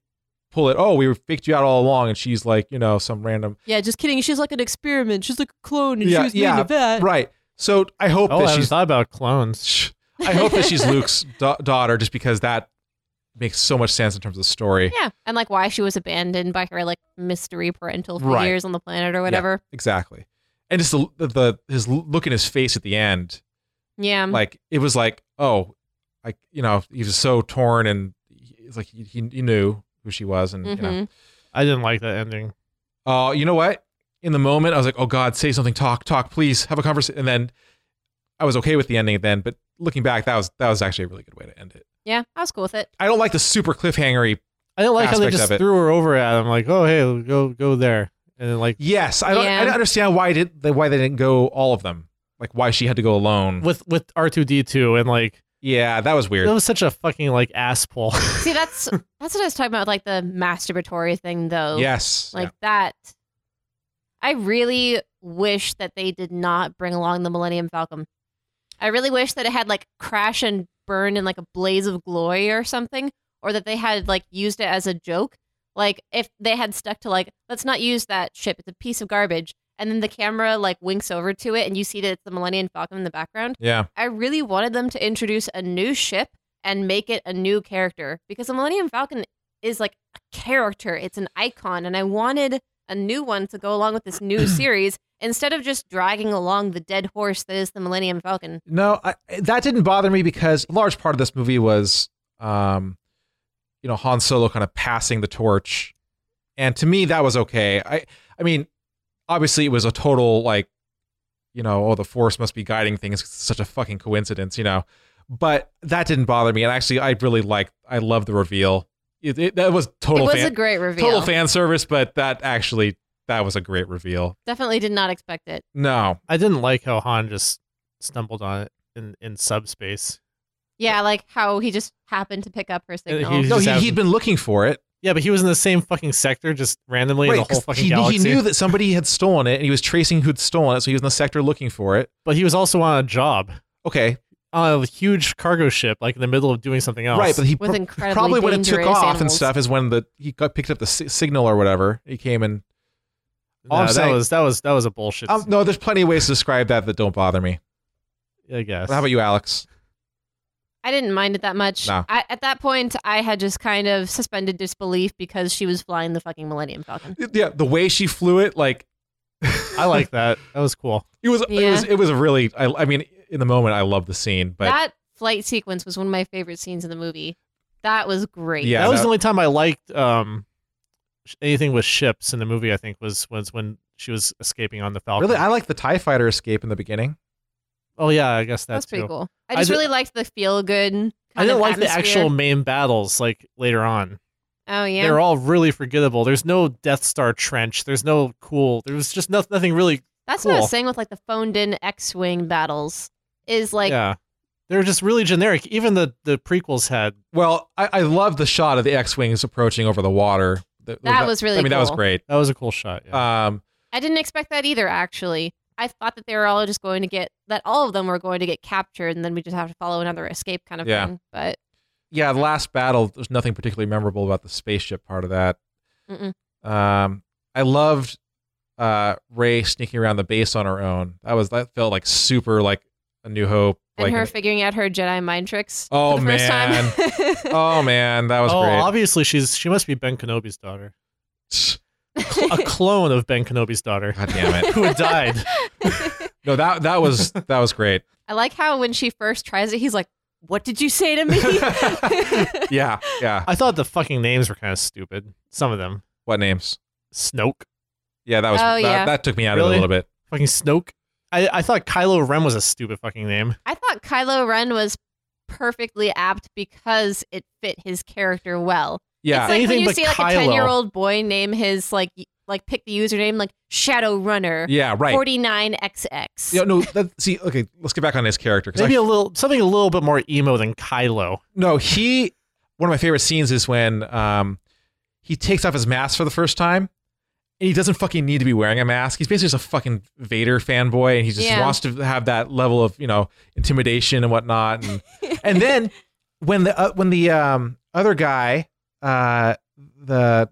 Speaker 7: pull it, oh, we faked you out all along, and she's like, you know, some random
Speaker 8: Yeah, just kidding. She's like an experiment. She's like a clone
Speaker 7: and she Yeah, was made yeah, of
Speaker 8: that.
Speaker 7: right. So I hope
Speaker 9: Oh, I
Speaker 7: that
Speaker 9: haven't
Speaker 7: she's
Speaker 9: thought about clones.
Speaker 7: I hope that she's Luke's da- daughter just because that makes so much sense in terms of the story.
Speaker 8: Yeah, and like why she was abandoned by her like mystery parental figures
Speaker 7: Right.
Speaker 8: on the planet or whatever.
Speaker 7: Exactly. And just the, the, the his look in his face at the end
Speaker 8: Yeah,
Speaker 7: like it was like oh like you know he was so torn and he- it's like he, he he knew who she was and you know
Speaker 8: Mhm.
Speaker 9: I didn't like that ending.
Speaker 7: uh you know what in the moment i was like oh god say something talk talk please have a conversation and then i was okay with the ending then but looking back that was that was actually a really good way to end it
Speaker 8: yeah, I was cool with it.
Speaker 7: i don't like the super cliffhangery
Speaker 9: I didn't like how they
Speaker 7: aspect of
Speaker 9: just
Speaker 7: it.
Speaker 9: threw her over at him, like, oh hey, go go there, and then like
Speaker 7: yes i don't
Speaker 8: Yeah.
Speaker 7: i don't understand why did they why they didn't go all of them like why she had to go alone
Speaker 9: with with R two D two, and like
Speaker 7: yeah that was weird
Speaker 9: that was such a fucking like ass pull.
Speaker 8: See, that's that's what I was talking about, with, like the masturbatory thing, though.
Speaker 7: yes
Speaker 8: like that. I really wish that they did not bring along the Millennium Falcon. I really wish that it had like crash and burn in like a blaze of glory or something, or that they had like used it as a joke. Like if they had stuck to like, let's not use that ship; it's a piece of garbage. And then the camera like winks over to it, and you see that it's the Millennium Falcon in the background.
Speaker 7: yeah
Speaker 8: I really wanted them to introduce a new ship and make it a new character because the Millennium Falcon is like a character, it's an icon, and I wanted a new one to go along with
Speaker 7: *clears throat*
Speaker 8: this new series instead of just dragging along the dead horse that is the Millennium Falcon.
Speaker 7: No, I, that didn't bother me because a large part of this movie was, um, you know, Han Solo kind of passing the torch, and to me that was okay. I, I mean, obviously it was a total like, you know, oh the Force must be guiding things. It's such a fucking coincidence, you know. But that didn't bother me, and actually I really liked. I love the reveal. It, it- that was
Speaker 8: It
Speaker 7: total
Speaker 8: was a
Speaker 7: fan,
Speaker 8: great reveal.
Speaker 7: total fan service, but that actually that was a great reveal.
Speaker 8: Definitely did not expect it.
Speaker 7: No,
Speaker 9: *laughs* I didn't like how Han just stumbled on it in in subspace.
Speaker 8: Yeah, like how he just happened to pick up her signal.
Speaker 9: he was
Speaker 7: no,
Speaker 9: just
Speaker 7: he,
Speaker 9: out-
Speaker 7: he'd been looking for it.
Speaker 9: Yeah, but he was in the same fucking sector, just randomly in the whole
Speaker 7: 'cause
Speaker 9: fucking
Speaker 7: he, knew-
Speaker 9: galaxy.
Speaker 7: he knew that somebody had stolen it, and he was tracing who'd stolen it, so he was in the sector looking for it.
Speaker 9: but he was also on a job
Speaker 7: Okay,
Speaker 9: on a huge cargo ship, like in the middle of doing something else.
Speaker 7: right, but he
Speaker 8: With
Speaker 7: prob-
Speaker 8: incredibly
Speaker 7: probably when it took
Speaker 8: dangerous
Speaker 7: off and
Speaker 8: animals.
Speaker 7: stuff is when the he got picked up the si- signal or whatever. He came and all
Speaker 9: No,
Speaker 7: I'm
Speaker 9: that
Speaker 7: saying-
Speaker 9: was that was that was a bullshit.
Speaker 7: um, no, there's plenty of ways to describe that that don't bother me.
Speaker 9: I guess.
Speaker 7: How about you, Alex?
Speaker 8: I didn't mind it that much.
Speaker 7: No.
Speaker 8: I, at that point, I had just kind of suspended disbelief because she was flying the fucking Millennium Falcon.
Speaker 7: Yeah, the way she flew it, like
Speaker 9: I like that. That was cool.
Speaker 7: it was, it
Speaker 8: Yeah.
Speaker 7: was, it was a really. I, I mean, in the moment, I love the scene, but
Speaker 8: that flight sequence was one of my favorite scenes in the movie. That was great.
Speaker 7: *laughs* Yeah,
Speaker 9: that was
Speaker 7: that-
Speaker 9: the only time I liked um, sh- anything with ships in the movie. I think was was when she was escaping on the Falcon.
Speaker 7: really, I like the Tie Fighter escape in the beginning.
Speaker 9: oh yeah, I guess that
Speaker 8: that's pretty
Speaker 9: too.
Speaker 8: cool. I
Speaker 9: I
Speaker 8: just
Speaker 9: did-
Speaker 8: really liked the feel good.
Speaker 9: I didn't like the actual main battles like later on.
Speaker 8: Oh yeah,
Speaker 9: They're all really forgettable. There's no Death Star trench. There's no cool. There was just no, nothing really.
Speaker 8: that's what I
Speaker 9: cool.
Speaker 8: was saying with like the phoned in X wing battles. Is like
Speaker 9: yeah, they're just really generic. Even the the prequels had
Speaker 7: Well, I, I love the shot of the X-wings approaching over the water th-
Speaker 8: That was really
Speaker 7: I mean, that was
Speaker 8: cool.
Speaker 7: great.
Speaker 9: That was a cool shot. Yeah.
Speaker 7: Um,
Speaker 8: I didn't expect that either, actually. I thought that they were all just going to get that all of them were going to get captured, and then we just have to follow another escape kind of
Speaker 7: Yeah.
Speaker 8: thing. But
Speaker 7: yeah, the last battle. There's nothing particularly memorable about the spaceship part of that.
Speaker 8: Mm-mm.
Speaker 7: Um, I loved uh Ray sneaking around the base on her own. That was that felt like super like a New Hope.
Speaker 8: and
Speaker 7: like
Speaker 8: her
Speaker 7: an-
Speaker 8: figuring out her Jedi mind tricks
Speaker 7: Oh,
Speaker 8: for the first time.
Speaker 7: oh man, that was
Speaker 9: *laughs* oh,
Speaker 7: great.
Speaker 9: obviously she's she must be Ben Kenobi's daughter,
Speaker 8: *laughs*
Speaker 9: a clone of Ben Kenobi's daughter
Speaker 7: *laughs* God damn it!
Speaker 9: *laughs* who had died.
Speaker 7: No, that that was that was great.
Speaker 8: *laughs* I like how when she first tries it, he's like, "What did you say to me?"
Speaker 7: Yeah, yeah.
Speaker 9: I thought the fucking names were kind of stupid. Some of them,
Speaker 7: What names?
Speaker 9: Snoke,
Speaker 7: Yeah, that was
Speaker 8: Oh,
Speaker 7: that,
Speaker 8: yeah.
Speaker 7: that took me out of it
Speaker 9: Really?
Speaker 7: a little bit.
Speaker 9: fucking Snoke. I, I thought Kylo Ren was a stupid fucking name.
Speaker 8: I thought Kylo Ren was perfectly apt because it fit his character well.
Speaker 7: Yeah,
Speaker 8: It's like
Speaker 9: Anything
Speaker 8: when you
Speaker 9: but
Speaker 8: see like
Speaker 9: Kylo.
Speaker 8: a ten-year-old boy name his like y- like pick the username like Shadow Runner
Speaker 7: yeah, right.
Speaker 8: forty-nine XX.
Speaker 7: Yeah, no. That, see, okay, let's get back on his character. 'cause I
Speaker 9: Maybe a little something a little bit more emo than Kylo.
Speaker 7: No, he. One of my favorite scenes is when um, he takes off his mask for the first time, and he doesn't fucking need to be wearing a mask. He's basically just a fucking Vader fanboy, and he just
Speaker 8: Yeah.
Speaker 7: wants to have that level of you know intimidation and whatnot. And and then when the uh, when the um, other guy, uh, the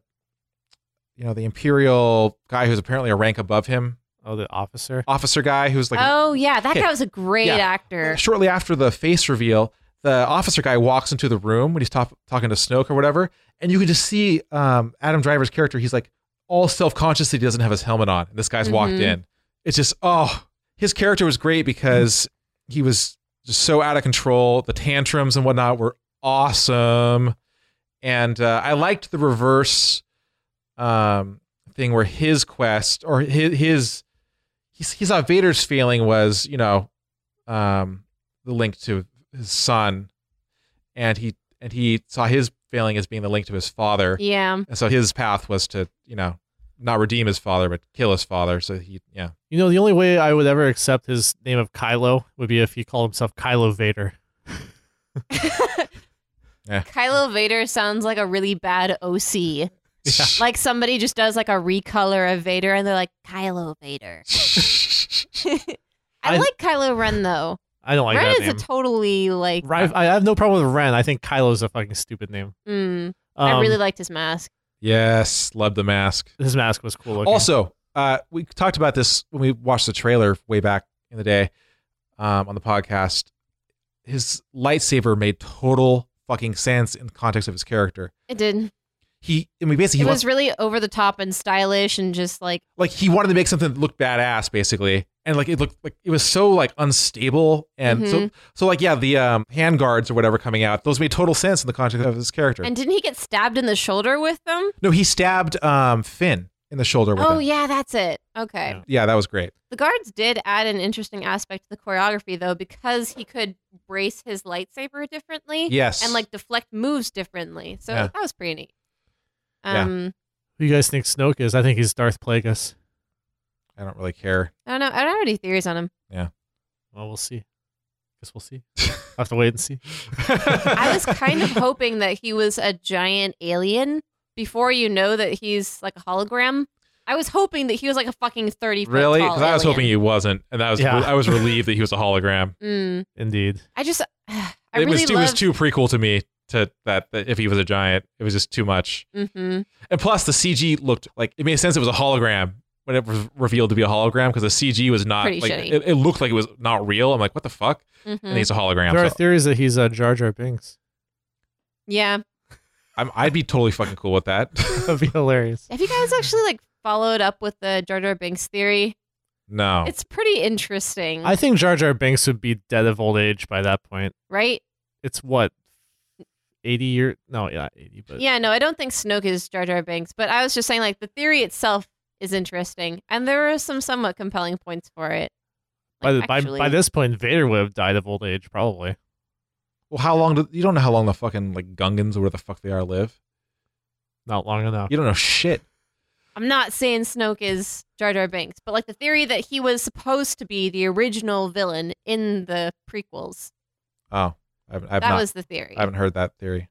Speaker 7: you know the Imperial guy who's apparently a rank above him,
Speaker 9: Oh, the officer.
Speaker 7: officer guy who's like
Speaker 8: oh yeah, that
Speaker 7: Okay.
Speaker 8: guy was a great
Speaker 7: Yeah.
Speaker 8: actor.
Speaker 7: shortly after the face reveal, the officer guy walks into the room when he's top, talking to Snoke or whatever, and you can just see um, Adam Driver's character. He's like all self conscious that he doesn't have his helmet on, and this guy's walked
Speaker 8: Mhm.
Speaker 7: in. It's just oh, his character was great because he was just so out of control. The tantrums and whatnot were awesome, and uh, I liked the reverse um, thing where his quest or his his. He's, he's on Vader's feeling was, you know, um, the link to his son, and he and he saw his failing as being the link to his father,
Speaker 8: Yeah,
Speaker 7: and so his path was to you know not redeem his father but kill his father. So he yeah *laughs*
Speaker 9: You know, the only way I would ever accept his name of Kylo would be if he called himself Kylo Vader.
Speaker 8: Kylo Vader sounds like a really bad OC.
Speaker 7: yeah
Speaker 8: Like somebody just does like a recolor of Vader, and they're like Kylo Vader. I,
Speaker 9: I-
Speaker 8: like Kylo Ren though.
Speaker 9: I don't like
Speaker 8: Ren
Speaker 9: that
Speaker 8: is
Speaker 9: name.
Speaker 8: a totally like.
Speaker 9: Ri- I have no problem with Ren. I think Kylo's a fucking stupid name.
Speaker 8: Mm,
Speaker 9: Um,
Speaker 8: I really liked his mask.
Speaker 7: yes love the mask.
Speaker 9: his mask was cool. Looking.
Speaker 7: Also, uh, we talked about this when we watched the trailer way back in the day um, on the podcast. His lightsaber made total fucking sense in the context of his character.
Speaker 8: It did.
Speaker 7: He I mean basically
Speaker 8: It
Speaker 7: he
Speaker 8: was really over the top and stylish, and just like
Speaker 7: like he wanted to make something that looked badass basically and like it looked like it was so like unstable and so
Speaker 8: Mm-hmm.
Speaker 7: so like yeah the um hand guards or whatever coming out those made total sense in the context of his character
Speaker 8: And didn't he get stabbed in the shoulder with them?
Speaker 7: no he stabbed um finn in the shoulder with
Speaker 8: Oh
Speaker 7: it.
Speaker 8: yeah, that's it. Okay.
Speaker 9: Yeah.
Speaker 7: yeah that was great
Speaker 8: The guards did add an interesting aspect to the choreography though, because he could brace his lightsaber differently
Speaker 7: yes
Speaker 8: and like deflect moves differently. So
Speaker 7: Yeah.
Speaker 8: that was pretty neat.
Speaker 7: Yeah.
Speaker 8: Um
Speaker 9: Who you guys think Snoke is? I think he's Darth Plagueis.
Speaker 7: i don't really care
Speaker 8: I don't know. I don't have any theories on him.
Speaker 9: Well, we'll see. Guess
Speaker 7: *laughs*
Speaker 9: we'll see. I'll have to wait and see.
Speaker 8: I was kind of hoping that he was a giant alien before you know that he's like a hologram. I was hoping that he was like a fucking thirty. foot
Speaker 7: really
Speaker 8: tall
Speaker 7: because i was
Speaker 8: alien.
Speaker 7: hoping he wasn't and that was
Speaker 9: Yeah.
Speaker 7: i was relieved that he was a hologram
Speaker 8: Mm.
Speaker 9: Indeed.
Speaker 8: I just, *sighs* I
Speaker 7: it
Speaker 8: really
Speaker 7: was too, it
Speaker 8: love.
Speaker 7: was too prequel to me to that, that if he was a giant it was just too much
Speaker 8: hmm
Speaker 7: And plus, the CG looked like it made sense. It was a hologram when it was revealed to be a hologram because the CG was not
Speaker 8: Pretty
Speaker 7: like
Speaker 8: shitty.
Speaker 7: it, it looked like it was not real. I'm like, what the fuck? And
Speaker 8: hmm
Speaker 7: he's a hologram.
Speaker 9: There are
Speaker 7: So
Speaker 9: theories that he's uh, Jar Jar
Speaker 7: *laughs*
Speaker 9: Binks.
Speaker 8: Yeah.
Speaker 7: I'm, I'd be totally fucking cool with that. *laughs*
Speaker 9: That'd be hilarious.
Speaker 8: Have you guys actually like followed up with the Jar Jar Binks theory?
Speaker 7: no,
Speaker 8: It's pretty interesting,
Speaker 9: I think Jar Jar Binks would be dead of old age by that point.
Speaker 8: right?
Speaker 9: It's what eighty year? No, yeah, eighty. But
Speaker 8: Yeah. No, I don't think Snoke is Jar Jar Binks, but I was just saying like the theory itself is interesting, and there are some somewhat compelling points for it.
Speaker 9: by, the,
Speaker 8: Like,
Speaker 9: by
Speaker 8: actually-
Speaker 9: by this point, Vader would have died of old age probably.
Speaker 7: well, how long? Do, you don't know how long the fucking like Gungans or where the fuck they are live.
Speaker 9: Not long enough.
Speaker 7: You don't know shit.
Speaker 8: I'm not saying Snoke is Jar Jar Binks, but like the theory that he was supposed to be the original villain in the prequels.
Speaker 7: Oh, I've, I've
Speaker 8: that
Speaker 7: not.
Speaker 8: was the theory.
Speaker 7: I haven't heard that theory.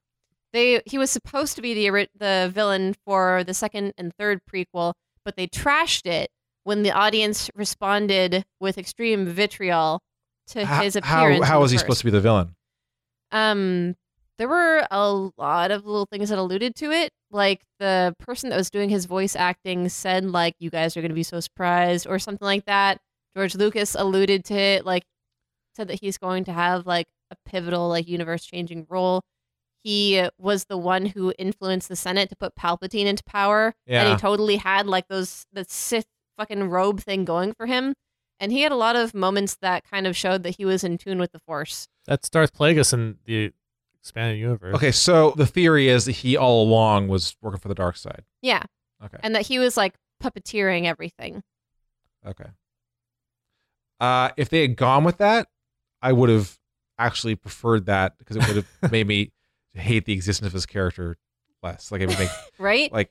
Speaker 8: They he was supposed to be the ori- the villain for the second and third prequel, but they trashed it when the audience responded with extreme vitriol to
Speaker 7: How-
Speaker 8: his
Speaker 7: how,
Speaker 8: appearance.
Speaker 7: how was he supposed to be the villain?
Speaker 8: Um, there were a lot of little things that alluded to it. Like the person that was doing his voice acting said, like, "You guys are going to be so surprised," or something like that. George Lucas alluded to it, like, said that he's going to have like a pivotal, like, universe-changing role. He was the one who influenced the Senate to put Palpatine into power, and
Speaker 7: Yeah.
Speaker 8: he totally had like those the Sith fucking robe thing going for him. And he had a lot of moments that kind of showed that he was in tune with the Force.
Speaker 9: That's Darth Plagueis in the expanded universe.
Speaker 7: Okay, so the theory is that he all along was working for the dark side.
Speaker 8: Yeah.
Speaker 7: Okay.
Speaker 8: and that he was like puppeteering everything.
Speaker 7: Okay. Uh, if they had gone with that, I would have actually preferred that because it would
Speaker 11: *laughs*
Speaker 7: have made me hate the existence of his character less. Like it would make
Speaker 8: *laughs* Right?
Speaker 7: like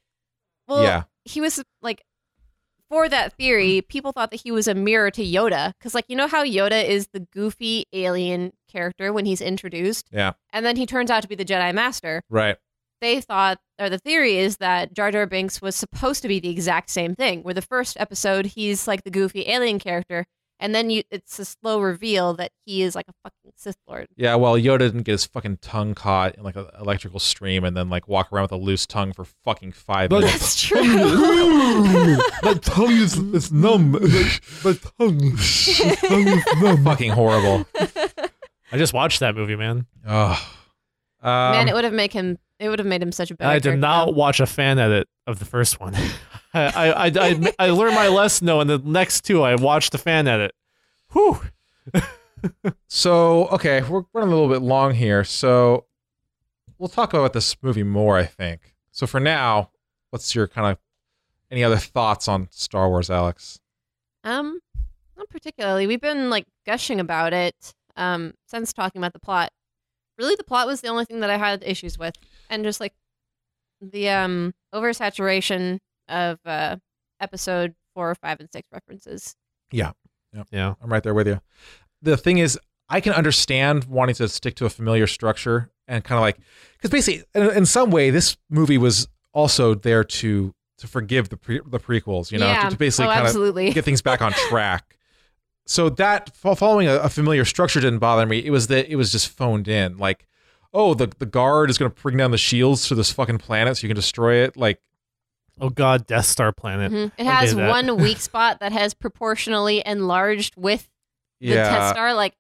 Speaker 8: well,
Speaker 7: yeah. Mm-hmm.
Speaker 8: he was like for that theory, people thought that he was a mirror to Yoda cuz like you know how Yoda is the goofy alien character when he's introduced
Speaker 7: yeah
Speaker 8: and then he turns out to be the Jedi master.
Speaker 7: right
Speaker 8: They thought or the theory is that Jar Jar Binks was supposed to be the exact same thing. Where the first episode he's like the goofy alien character and then you it's a slow reveal that he is like a fucking Sith *laughs* lord.
Speaker 7: yeah. Well, Yoda didn't get his fucking tongue caught in like an electrical stream and then like walk around with a loose tongue for fucking five
Speaker 11: But- *laughs*
Speaker 7: minutes.
Speaker 8: That's true.
Speaker 11: My tongue is, is numb.
Speaker 7: *laughs*
Speaker 11: My tongue, my tongue is numb.
Speaker 7: fucking horrible.
Speaker 9: I just watched that movie, man.
Speaker 7: Oh. Um,
Speaker 8: Man, it would have made him. It would have made him such a better.
Speaker 9: I did
Speaker 8: character.
Speaker 9: not watch a fan edit of the first one. *laughs* I, I, I,
Speaker 8: *laughs*
Speaker 9: I, I learned my lesson though, and the next two I watched the fan edit. Whew.
Speaker 7: So okay, we're running a little bit long here. So we'll talk about this movie more, I think. So for now, what's your kind of any other thoughts on Star Wars, Alex?
Speaker 8: Um, not particularly. We've been like gushing about it. Um, since talking about the plot, really, the plot was the only thing that I had issues with, and just like the um oversaturation of uh episode four, five, and six references.
Speaker 9: Yeah.
Speaker 7: I'm right there with you. The thing is, I can understand wanting to stick to a familiar structure and kind of like because basically, in, in some way, this movie was also there to to forgive the pre- the prequels, you know,
Speaker 8: yeah.
Speaker 7: to, to basically
Speaker 8: oh,
Speaker 7: kind of
Speaker 8: absolutely.
Speaker 7: *laughs* get things back on track. So that fo- following a, a familiar structure didn't bother me. It was that it was just phoned in. Like, oh, the the guard is going to bring down the shields to this fucking planet so you can destroy it. Like,
Speaker 9: Oh God, Death Star planet.
Speaker 8: Mhm.
Speaker 7: *laughs*
Speaker 8: It
Speaker 9: I
Speaker 8: has
Speaker 9: do that.
Speaker 8: one weak spot that has proportionally enlarged with the test
Speaker 7: yeah,
Speaker 8: star like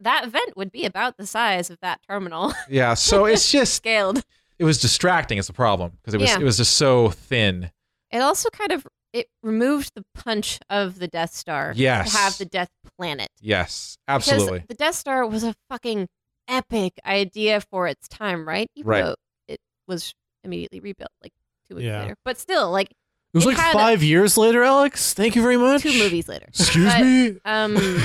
Speaker 8: that vent would be about the size of that terminal
Speaker 7: *laughs*
Speaker 8: *laughs*
Speaker 7: yeah. So it's just
Speaker 8: scaled
Speaker 7: it was distracting. It's a problem because it was
Speaker 8: Yeah.
Speaker 7: it was just so thin.
Speaker 8: it also kind of it removed the punch of the death star
Speaker 7: Yes.
Speaker 8: to have the death planet
Speaker 7: Yes,
Speaker 8: Because
Speaker 7: absolutely.
Speaker 8: the death star was a fucking epic idea for its time right even
Speaker 7: Right.
Speaker 8: though it was immediately rebuilt like two weeks
Speaker 9: Yeah.
Speaker 8: later but still like
Speaker 9: It was
Speaker 8: It
Speaker 9: like
Speaker 8: had-
Speaker 9: five years later, Alex. Thank you very much.
Speaker 8: two movies later
Speaker 9: Excuse
Speaker 8: But-
Speaker 9: me.
Speaker 7: *laughs*
Speaker 8: um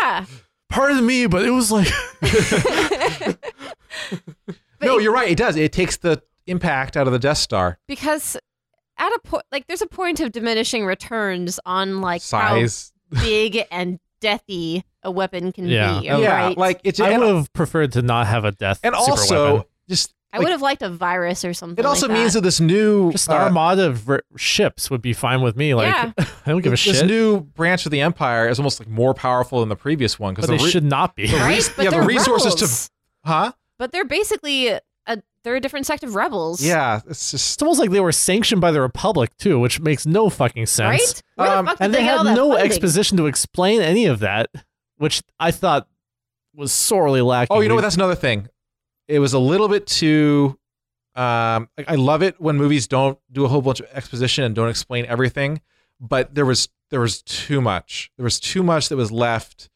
Speaker 8: yeah *laughs*
Speaker 9: Pardon me, but it was like
Speaker 8: But
Speaker 7: no,
Speaker 8: it-
Speaker 7: you're right. It does. It takes the impact out of the Death Star
Speaker 8: because at a point like there's a point of diminishing returns on like how
Speaker 7: size.
Speaker 8: big and deathy a weapon can
Speaker 9: Yeah.
Speaker 8: be.
Speaker 7: yeah,
Speaker 8: right?
Speaker 7: like
Speaker 9: *laughs*
Speaker 7: it's
Speaker 9: I
Speaker 7: and,
Speaker 9: would have preferred to not have a death.
Speaker 7: and
Speaker 9: super weapon.
Speaker 7: also just
Speaker 8: I
Speaker 7: like,
Speaker 8: would have liked a virus or something.
Speaker 7: It also
Speaker 8: like
Speaker 7: means
Speaker 8: that.
Speaker 7: that this new
Speaker 9: just
Speaker 7: uh,
Speaker 9: an armada of ver- ships would be fine with me. Like
Speaker 8: Yeah.
Speaker 9: *laughs* I don't give a
Speaker 7: this
Speaker 9: shit.
Speaker 7: new branch of the empire is almost like more powerful than the previous one
Speaker 9: but
Speaker 7: because
Speaker 9: they
Speaker 7: the re-
Speaker 9: should not be.
Speaker 7: the
Speaker 8: right?
Speaker 7: res-
Speaker 8: but
Speaker 7: yeah, the
Speaker 8: they're
Speaker 7: resources to-
Speaker 8: rebels.
Speaker 7: huh?
Speaker 8: But they're basically a they're a different sect of rebels.
Speaker 7: Yeah, it's
Speaker 9: It's
Speaker 7: just
Speaker 9: almost like they were sanctioned by the Republic too, which makes no fucking sense.
Speaker 8: Right? Where
Speaker 7: Um,
Speaker 8: the fuck did
Speaker 9: And they,
Speaker 8: get
Speaker 9: had
Speaker 8: all that
Speaker 9: no
Speaker 8: funding?
Speaker 9: exposition to explain any of that, which I thought was sorely lacking.
Speaker 7: oh, you know what? That's another thing. It was a little bit too. Um, like, I love it when movies don't do a whole bunch of exposition and don't explain everything, but there was there was too much. There was too much that was left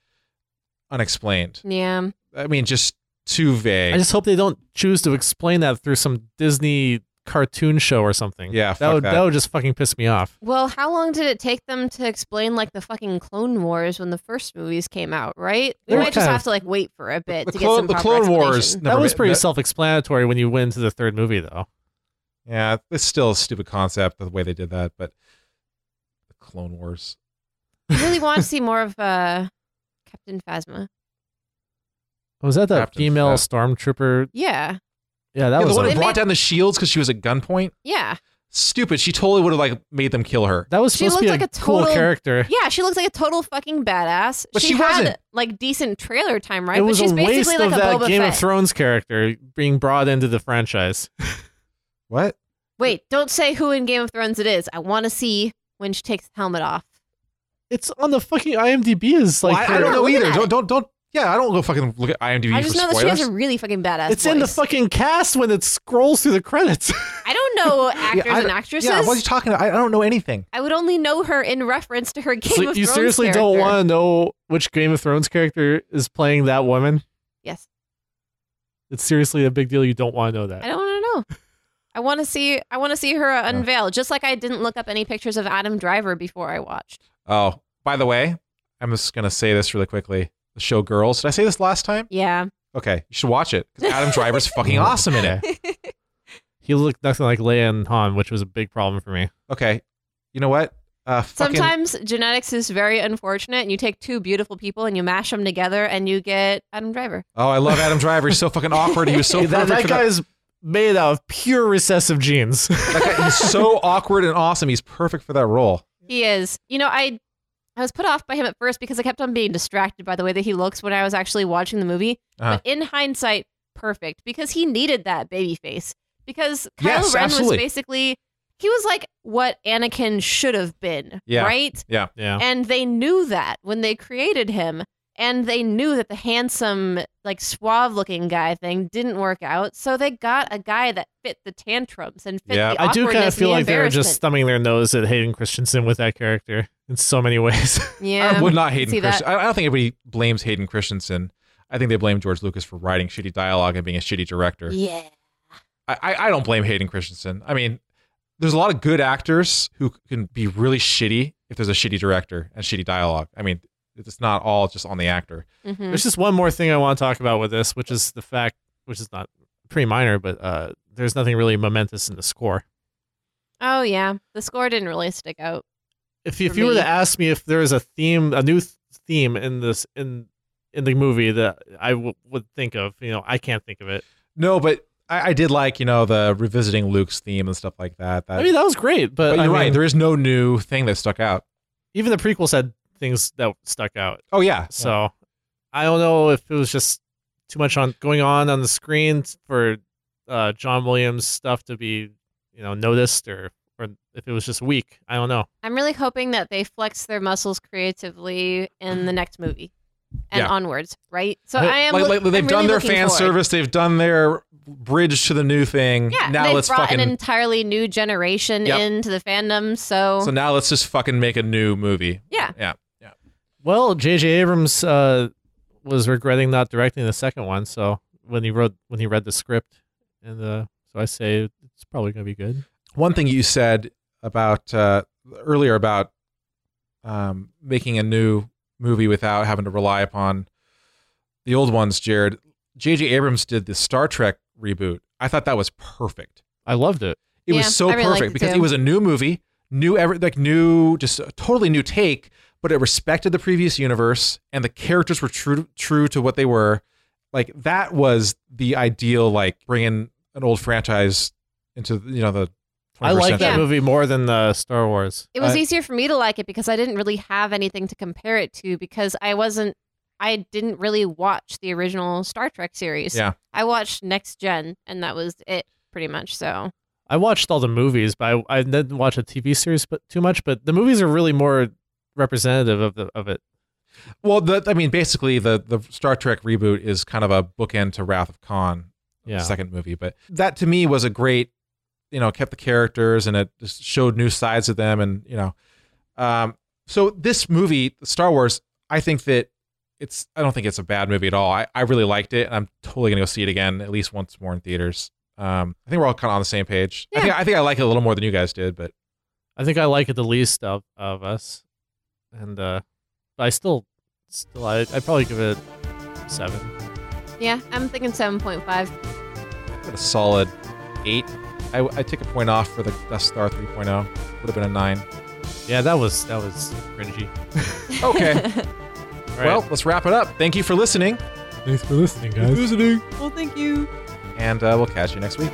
Speaker 7: unexplained.
Speaker 8: Yeah.
Speaker 7: I mean, just too vague.
Speaker 9: I just hope they don't choose to explain that through some Disney cartoon show or something.
Speaker 7: Yeah,
Speaker 9: that
Speaker 7: fuck
Speaker 9: would
Speaker 7: that.
Speaker 9: would just fucking piss me off.
Speaker 8: Well, how long did it take them to explain like the fucking Clone Wars when the first movies came out? Right? We
Speaker 9: They were
Speaker 8: might just
Speaker 9: kind
Speaker 8: have
Speaker 9: of-
Speaker 8: to like wait for a bit
Speaker 7: the
Speaker 8: to get
Speaker 7: Clone,
Speaker 8: some
Speaker 7: the
Speaker 8: proper
Speaker 7: Clone Wars
Speaker 8: *laughs* explanation.
Speaker 7: never
Speaker 9: that was
Speaker 7: ma-
Speaker 9: pretty
Speaker 7: that-
Speaker 9: self-explanatory when you went into the third movie, though. Oh,
Speaker 7: Yeah, it's still a stupid concept the way they did that, but the Clone Wars.
Speaker 8: I really want to
Speaker 9: *laughs*
Speaker 8: see more of uh, Captain Phasma.
Speaker 9: Was that that
Speaker 7: Captain
Speaker 9: female
Speaker 7: Fat-
Speaker 9: stormtrooper
Speaker 8: Yeah.
Speaker 9: Yeah, that
Speaker 7: Yeah, the
Speaker 9: was
Speaker 7: one
Speaker 9: a-
Speaker 7: who brought down the shields because she was at gunpoint.
Speaker 8: Yeah.
Speaker 7: Stupid. She totally would have like made them kill her.
Speaker 9: that was
Speaker 8: She
Speaker 9: supposed to be
Speaker 8: looked like
Speaker 9: a,
Speaker 8: a
Speaker 9: cool
Speaker 8: total-
Speaker 9: character.
Speaker 8: Yeah, she looks like a total fucking badass.
Speaker 7: But she
Speaker 8: had
Speaker 7: wasn't.
Speaker 8: like decent trailer time, right?
Speaker 9: It was
Speaker 8: but she's
Speaker 9: a waste
Speaker 8: basically like
Speaker 9: of
Speaker 8: a
Speaker 9: that
Speaker 8: Boba
Speaker 9: Game
Speaker 8: Fett.
Speaker 9: of Thrones character being brought into the franchise.
Speaker 11: What?
Speaker 8: Wait, don't say who in Game of Thrones it is. I want to see when she takes the helmet off.
Speaker 9: It's on the fucking IMDb. Is like
Speaker 7: Well, I, I
Speaker 9: her-
Speaker 7: don't know
Speaker 8: Look at
Speaker 7: either.
Speaker 8: that.
Speaker 7: Don't don't don't. Yeah, I don't go fucking look at IMDb
Speaker 8: I just
Speaker 7: for
Speaker 8: know that she
Speaker 7: spoilers.
Speaker 8: has a really fucking badass.
Speaker 9: it's in the
Speaker 8: voice.
Speaker 9: fucking cast when it scrolls through the credits.
Speaker 8: I don't
Speaker 9: *laughs*
Speaker 8: know actors
Speaker 7: I-
Speaker 8: and actresses.
Speaker 7: yeah, what are you talking about? I, I don't know anything.
Speaker 8: I would only know her in reference to her Game
Speaker 9: *laughs* So
Speaker 8: of
Speaker 9: you
Speaker 8: Thrones
Speaker 9: seriously don't
Speaker 8: character.
Speaker 9: want to know which Game of Thrones character is playing that woman?
Speaker 8: Yes,
Speaker 9: It's seriously a big deal. You don't want to know
Speaker 8: I
Speaker 9: that.
Speaker 8: don't want to know. I want to see. I want to see her unveil. Just like I didn't look up any pictures of Adam Driver before I watched.
Speaker 7: Oh, by the way, I'm just gonna say this really quickly. The show Girls. Did I say this last time?
Speaker 8: Yeah,
Speaker 7: Okay, you should watch it 'cause Adam Driver's *laughs* fucking awesome in it.
Speaker 8: *laughs*
Speaker 9: *laughs* He looked nothing like Leia and Han, which was a big problem for me.
Speaker 7: Okay, you know what? Uh, fucking,
Speaker 8: sometimes genetics is very unfortunate, and you take two beautiful people and you mash them together, and you get Adam Driver.
Speaker 7: Oh, I love Adam Driver. He's so fucking awkward. He was *laughs* so
Speaker 9: that
Speaker 7: perfect
Speaker 9: that
Speaker 7: for
Speaker 9: guy is made out of pure recessive genes. *laughs*
Speaker 7: that guy- He's so awkward and awesome. He's perfect for that role.
Speaker 8: He is. You know, I I was put off by him at first because I kept on being distracted by the way that he looks when I was actually watching the movie.
Speaker 7: Uh-huh.
Speaker 8: But in hindsight, perfect because he needed that baby face. Because Kylo
Speaker 7: Yes,
Speaker 8: Ren
Speaker 7: absolutely.
Speaker 8: was basically he was like what Anakin should have been,
Speaker 7: Yeah.
Speaker 8: right?
Speaker 9: yeah.
Speaker 8: And they knew that when they created him. And they knew that the handsome, like suave looking guy thing didn't work out. So they got a guy that fit the tantrums and fit
Speaker 7: Yeah.
Speaker 8: the
Speaker 9: I do
Speaker 8: kind of
Speaker 9: feel like they were just thumbing their nose at Hayden Christensen with that character in so many ways.
Speaker 8: Yeah.
Speaker 7: *laughs* I would not
Speaker 8: Um, see
Speaker 7: Hayden
Speaker 8: that.
Speaker 7: Christensen. I I don't think anybody blames Hayden Christensen. I think they blame George Lucas for writing shitty dialogue and being a shitty director.
Speaker 8: Yeah.
Speaker 7: I, I, I don't blame Hayden Christensen. I mean, there's a lot of good actors who can be really shitty if there's a shitty director and shitty dialogue. I mean, it's not all just on the actor.
Speaker 8: Mm-hmm.
Speaker 9: There's just one more thing I want to talk about with this, which is the fact, which is not pretty minor, but uh, there's nothing really momentous in the score.
Speaker 8: Oh yeah, the score didn't really stick out.
Speaker 9: If if
Speaker 8: For
Speaker 9: you were
Speaker 8: me.
Speaker 9: to ask me if there is a theme, a new th- theme in this in in the movie that I w- would think of, you know, I can't think of it.
Speaker 7: No, but I, I did like you know the revisiting Luke's theme and stuff like that. that
Speaker 9: I mean, that was great,
Speaker 7: but
Speaker 9: but,
Speaker 7: you're
Speaker 9: I
Speaker 7: right.
Speaker 9: mean,
Speaker 7: There is no new thing that stuck out.
Speaker 9: even the prequels had things that stuck out.
Speaker 7: Oh yeah,
Speaker 9: So I don't know if it was just too much on going on on the screen for uh, John Williams stuff to be, you know, noticed or or if it was just weak. I don't know.
Speaker 8: I'm really hoping that they flex their muscles creatively in the next movie
Speaker 7: Mm-hmm.
Speaker 8: and
Speaker 7: Yeah.
Speaker 8: onwards, right? So
Speaker 7: Like-
Speaker 8: I am.
Speaker 7: like,
Speaker 8: look-
Speaker 7: like, they've
Speaker 8: I'm
Speaker 7: done
Speaker 8: really
Speaker 7: their
Speaker 8: looking
Speaker 7: fan
Speaker 8: forward.
Speaker 7: service. They've done their bridge to the new thing.
Speaker 8: Yeah,
Speaker 7: now
Speaker 8: they
Speaker 7: let's
Speaker 8: brought
Speaker 7: fucking.
Speaker 8: an entirely new generation
Speaker 7: Yep.
Speaker 8: into the fandom. So,
Speaker 7: so now let's just fucking make a new movie.
Speaker 8: Yeah.
Speaker 7: yeah.
Speaker 9: Well, J.J. Abrams uh, was regretting not directing the second one, so when he wrote when he read the script, and uh, so I say it's probably gonna be good.
Speaker 7: One thing you said about uh, earlier about um, making a new movie without having to rely upon the old ones, Jared. J.J. Abrams did the Star Trek reboot. I thought that was perfect.
Speaker 9: I loved it.
Speaker 7: It
Speaker 8: Yeah,
Speaker 7: was so
Speaker 8: I really liked
Speaker 7: perfect
Speaker 8: it
Speaker 7: because
Speaker 8: too.
Speaker 7: it was a new movie, new ever like new, just a totally new take, but it respected the previous universe and the characters were true true to what they were. Like that was the ideal, like bringing an old franchise into you know the. 21st
Speaker 9: I like
Speaker 7: century.
Speaker 9: that e- movie more than uh, Star Wars.
Speaker 8: It was
Speaker 7: I-
Speaker 8: easier for me to like it because I didn't really have anything to compare it to because I wasn't I didn't really watch the original Star Trek series.
Speaker 7: Yeah.
Speaker 8: I watched Next Gen and that was it pretty much. So
Speaker 9: I watched all the movies, but I, I didn't watch a TV series but too much. But the movies are really more representative of the, of it.
Speaker 7: Well, the, I mean, basically the the Star Trek reboot is kind of a bookend to Wrath of Khan, the
Speaker 9: Yeah,
Speaker 7: second movie. But that to me was a great, you know, kept the characters and it just showed new sides of them. And, you know, um, so this movie, Star Wars, I think that it's, I don't think it's a bad movie at all. I, I really liked it and I'm totally going to go see it again at least once more in theaters. Um, I think we're all kind of on the same page. I, think, I think I like it a little more than you guys did, but
Speaker 9: I think I like it the least of, of us, and uh, but I still, still, I I probably give it seven.
Speaker 8: yeah, I'm thinking seven point five.
Speaker 7: I got a solid eight. I, I took a point off for the Death Star 3.0. Would have been a
Speaker 9: *laughs*
Speaker 7: nine.
Speaker 9: Yeah, that was that was cringy.
Speaker 7: Okay.
Speaker 9: All right.
Speaker 7: well, let's wrap it up. Thank you for listening.
Speaker 11: Thanks for listening, guys.
Speaker 7: listening.
Speaker 8: Well thank you.
Speaker 7: and uh, we'll catch you next week.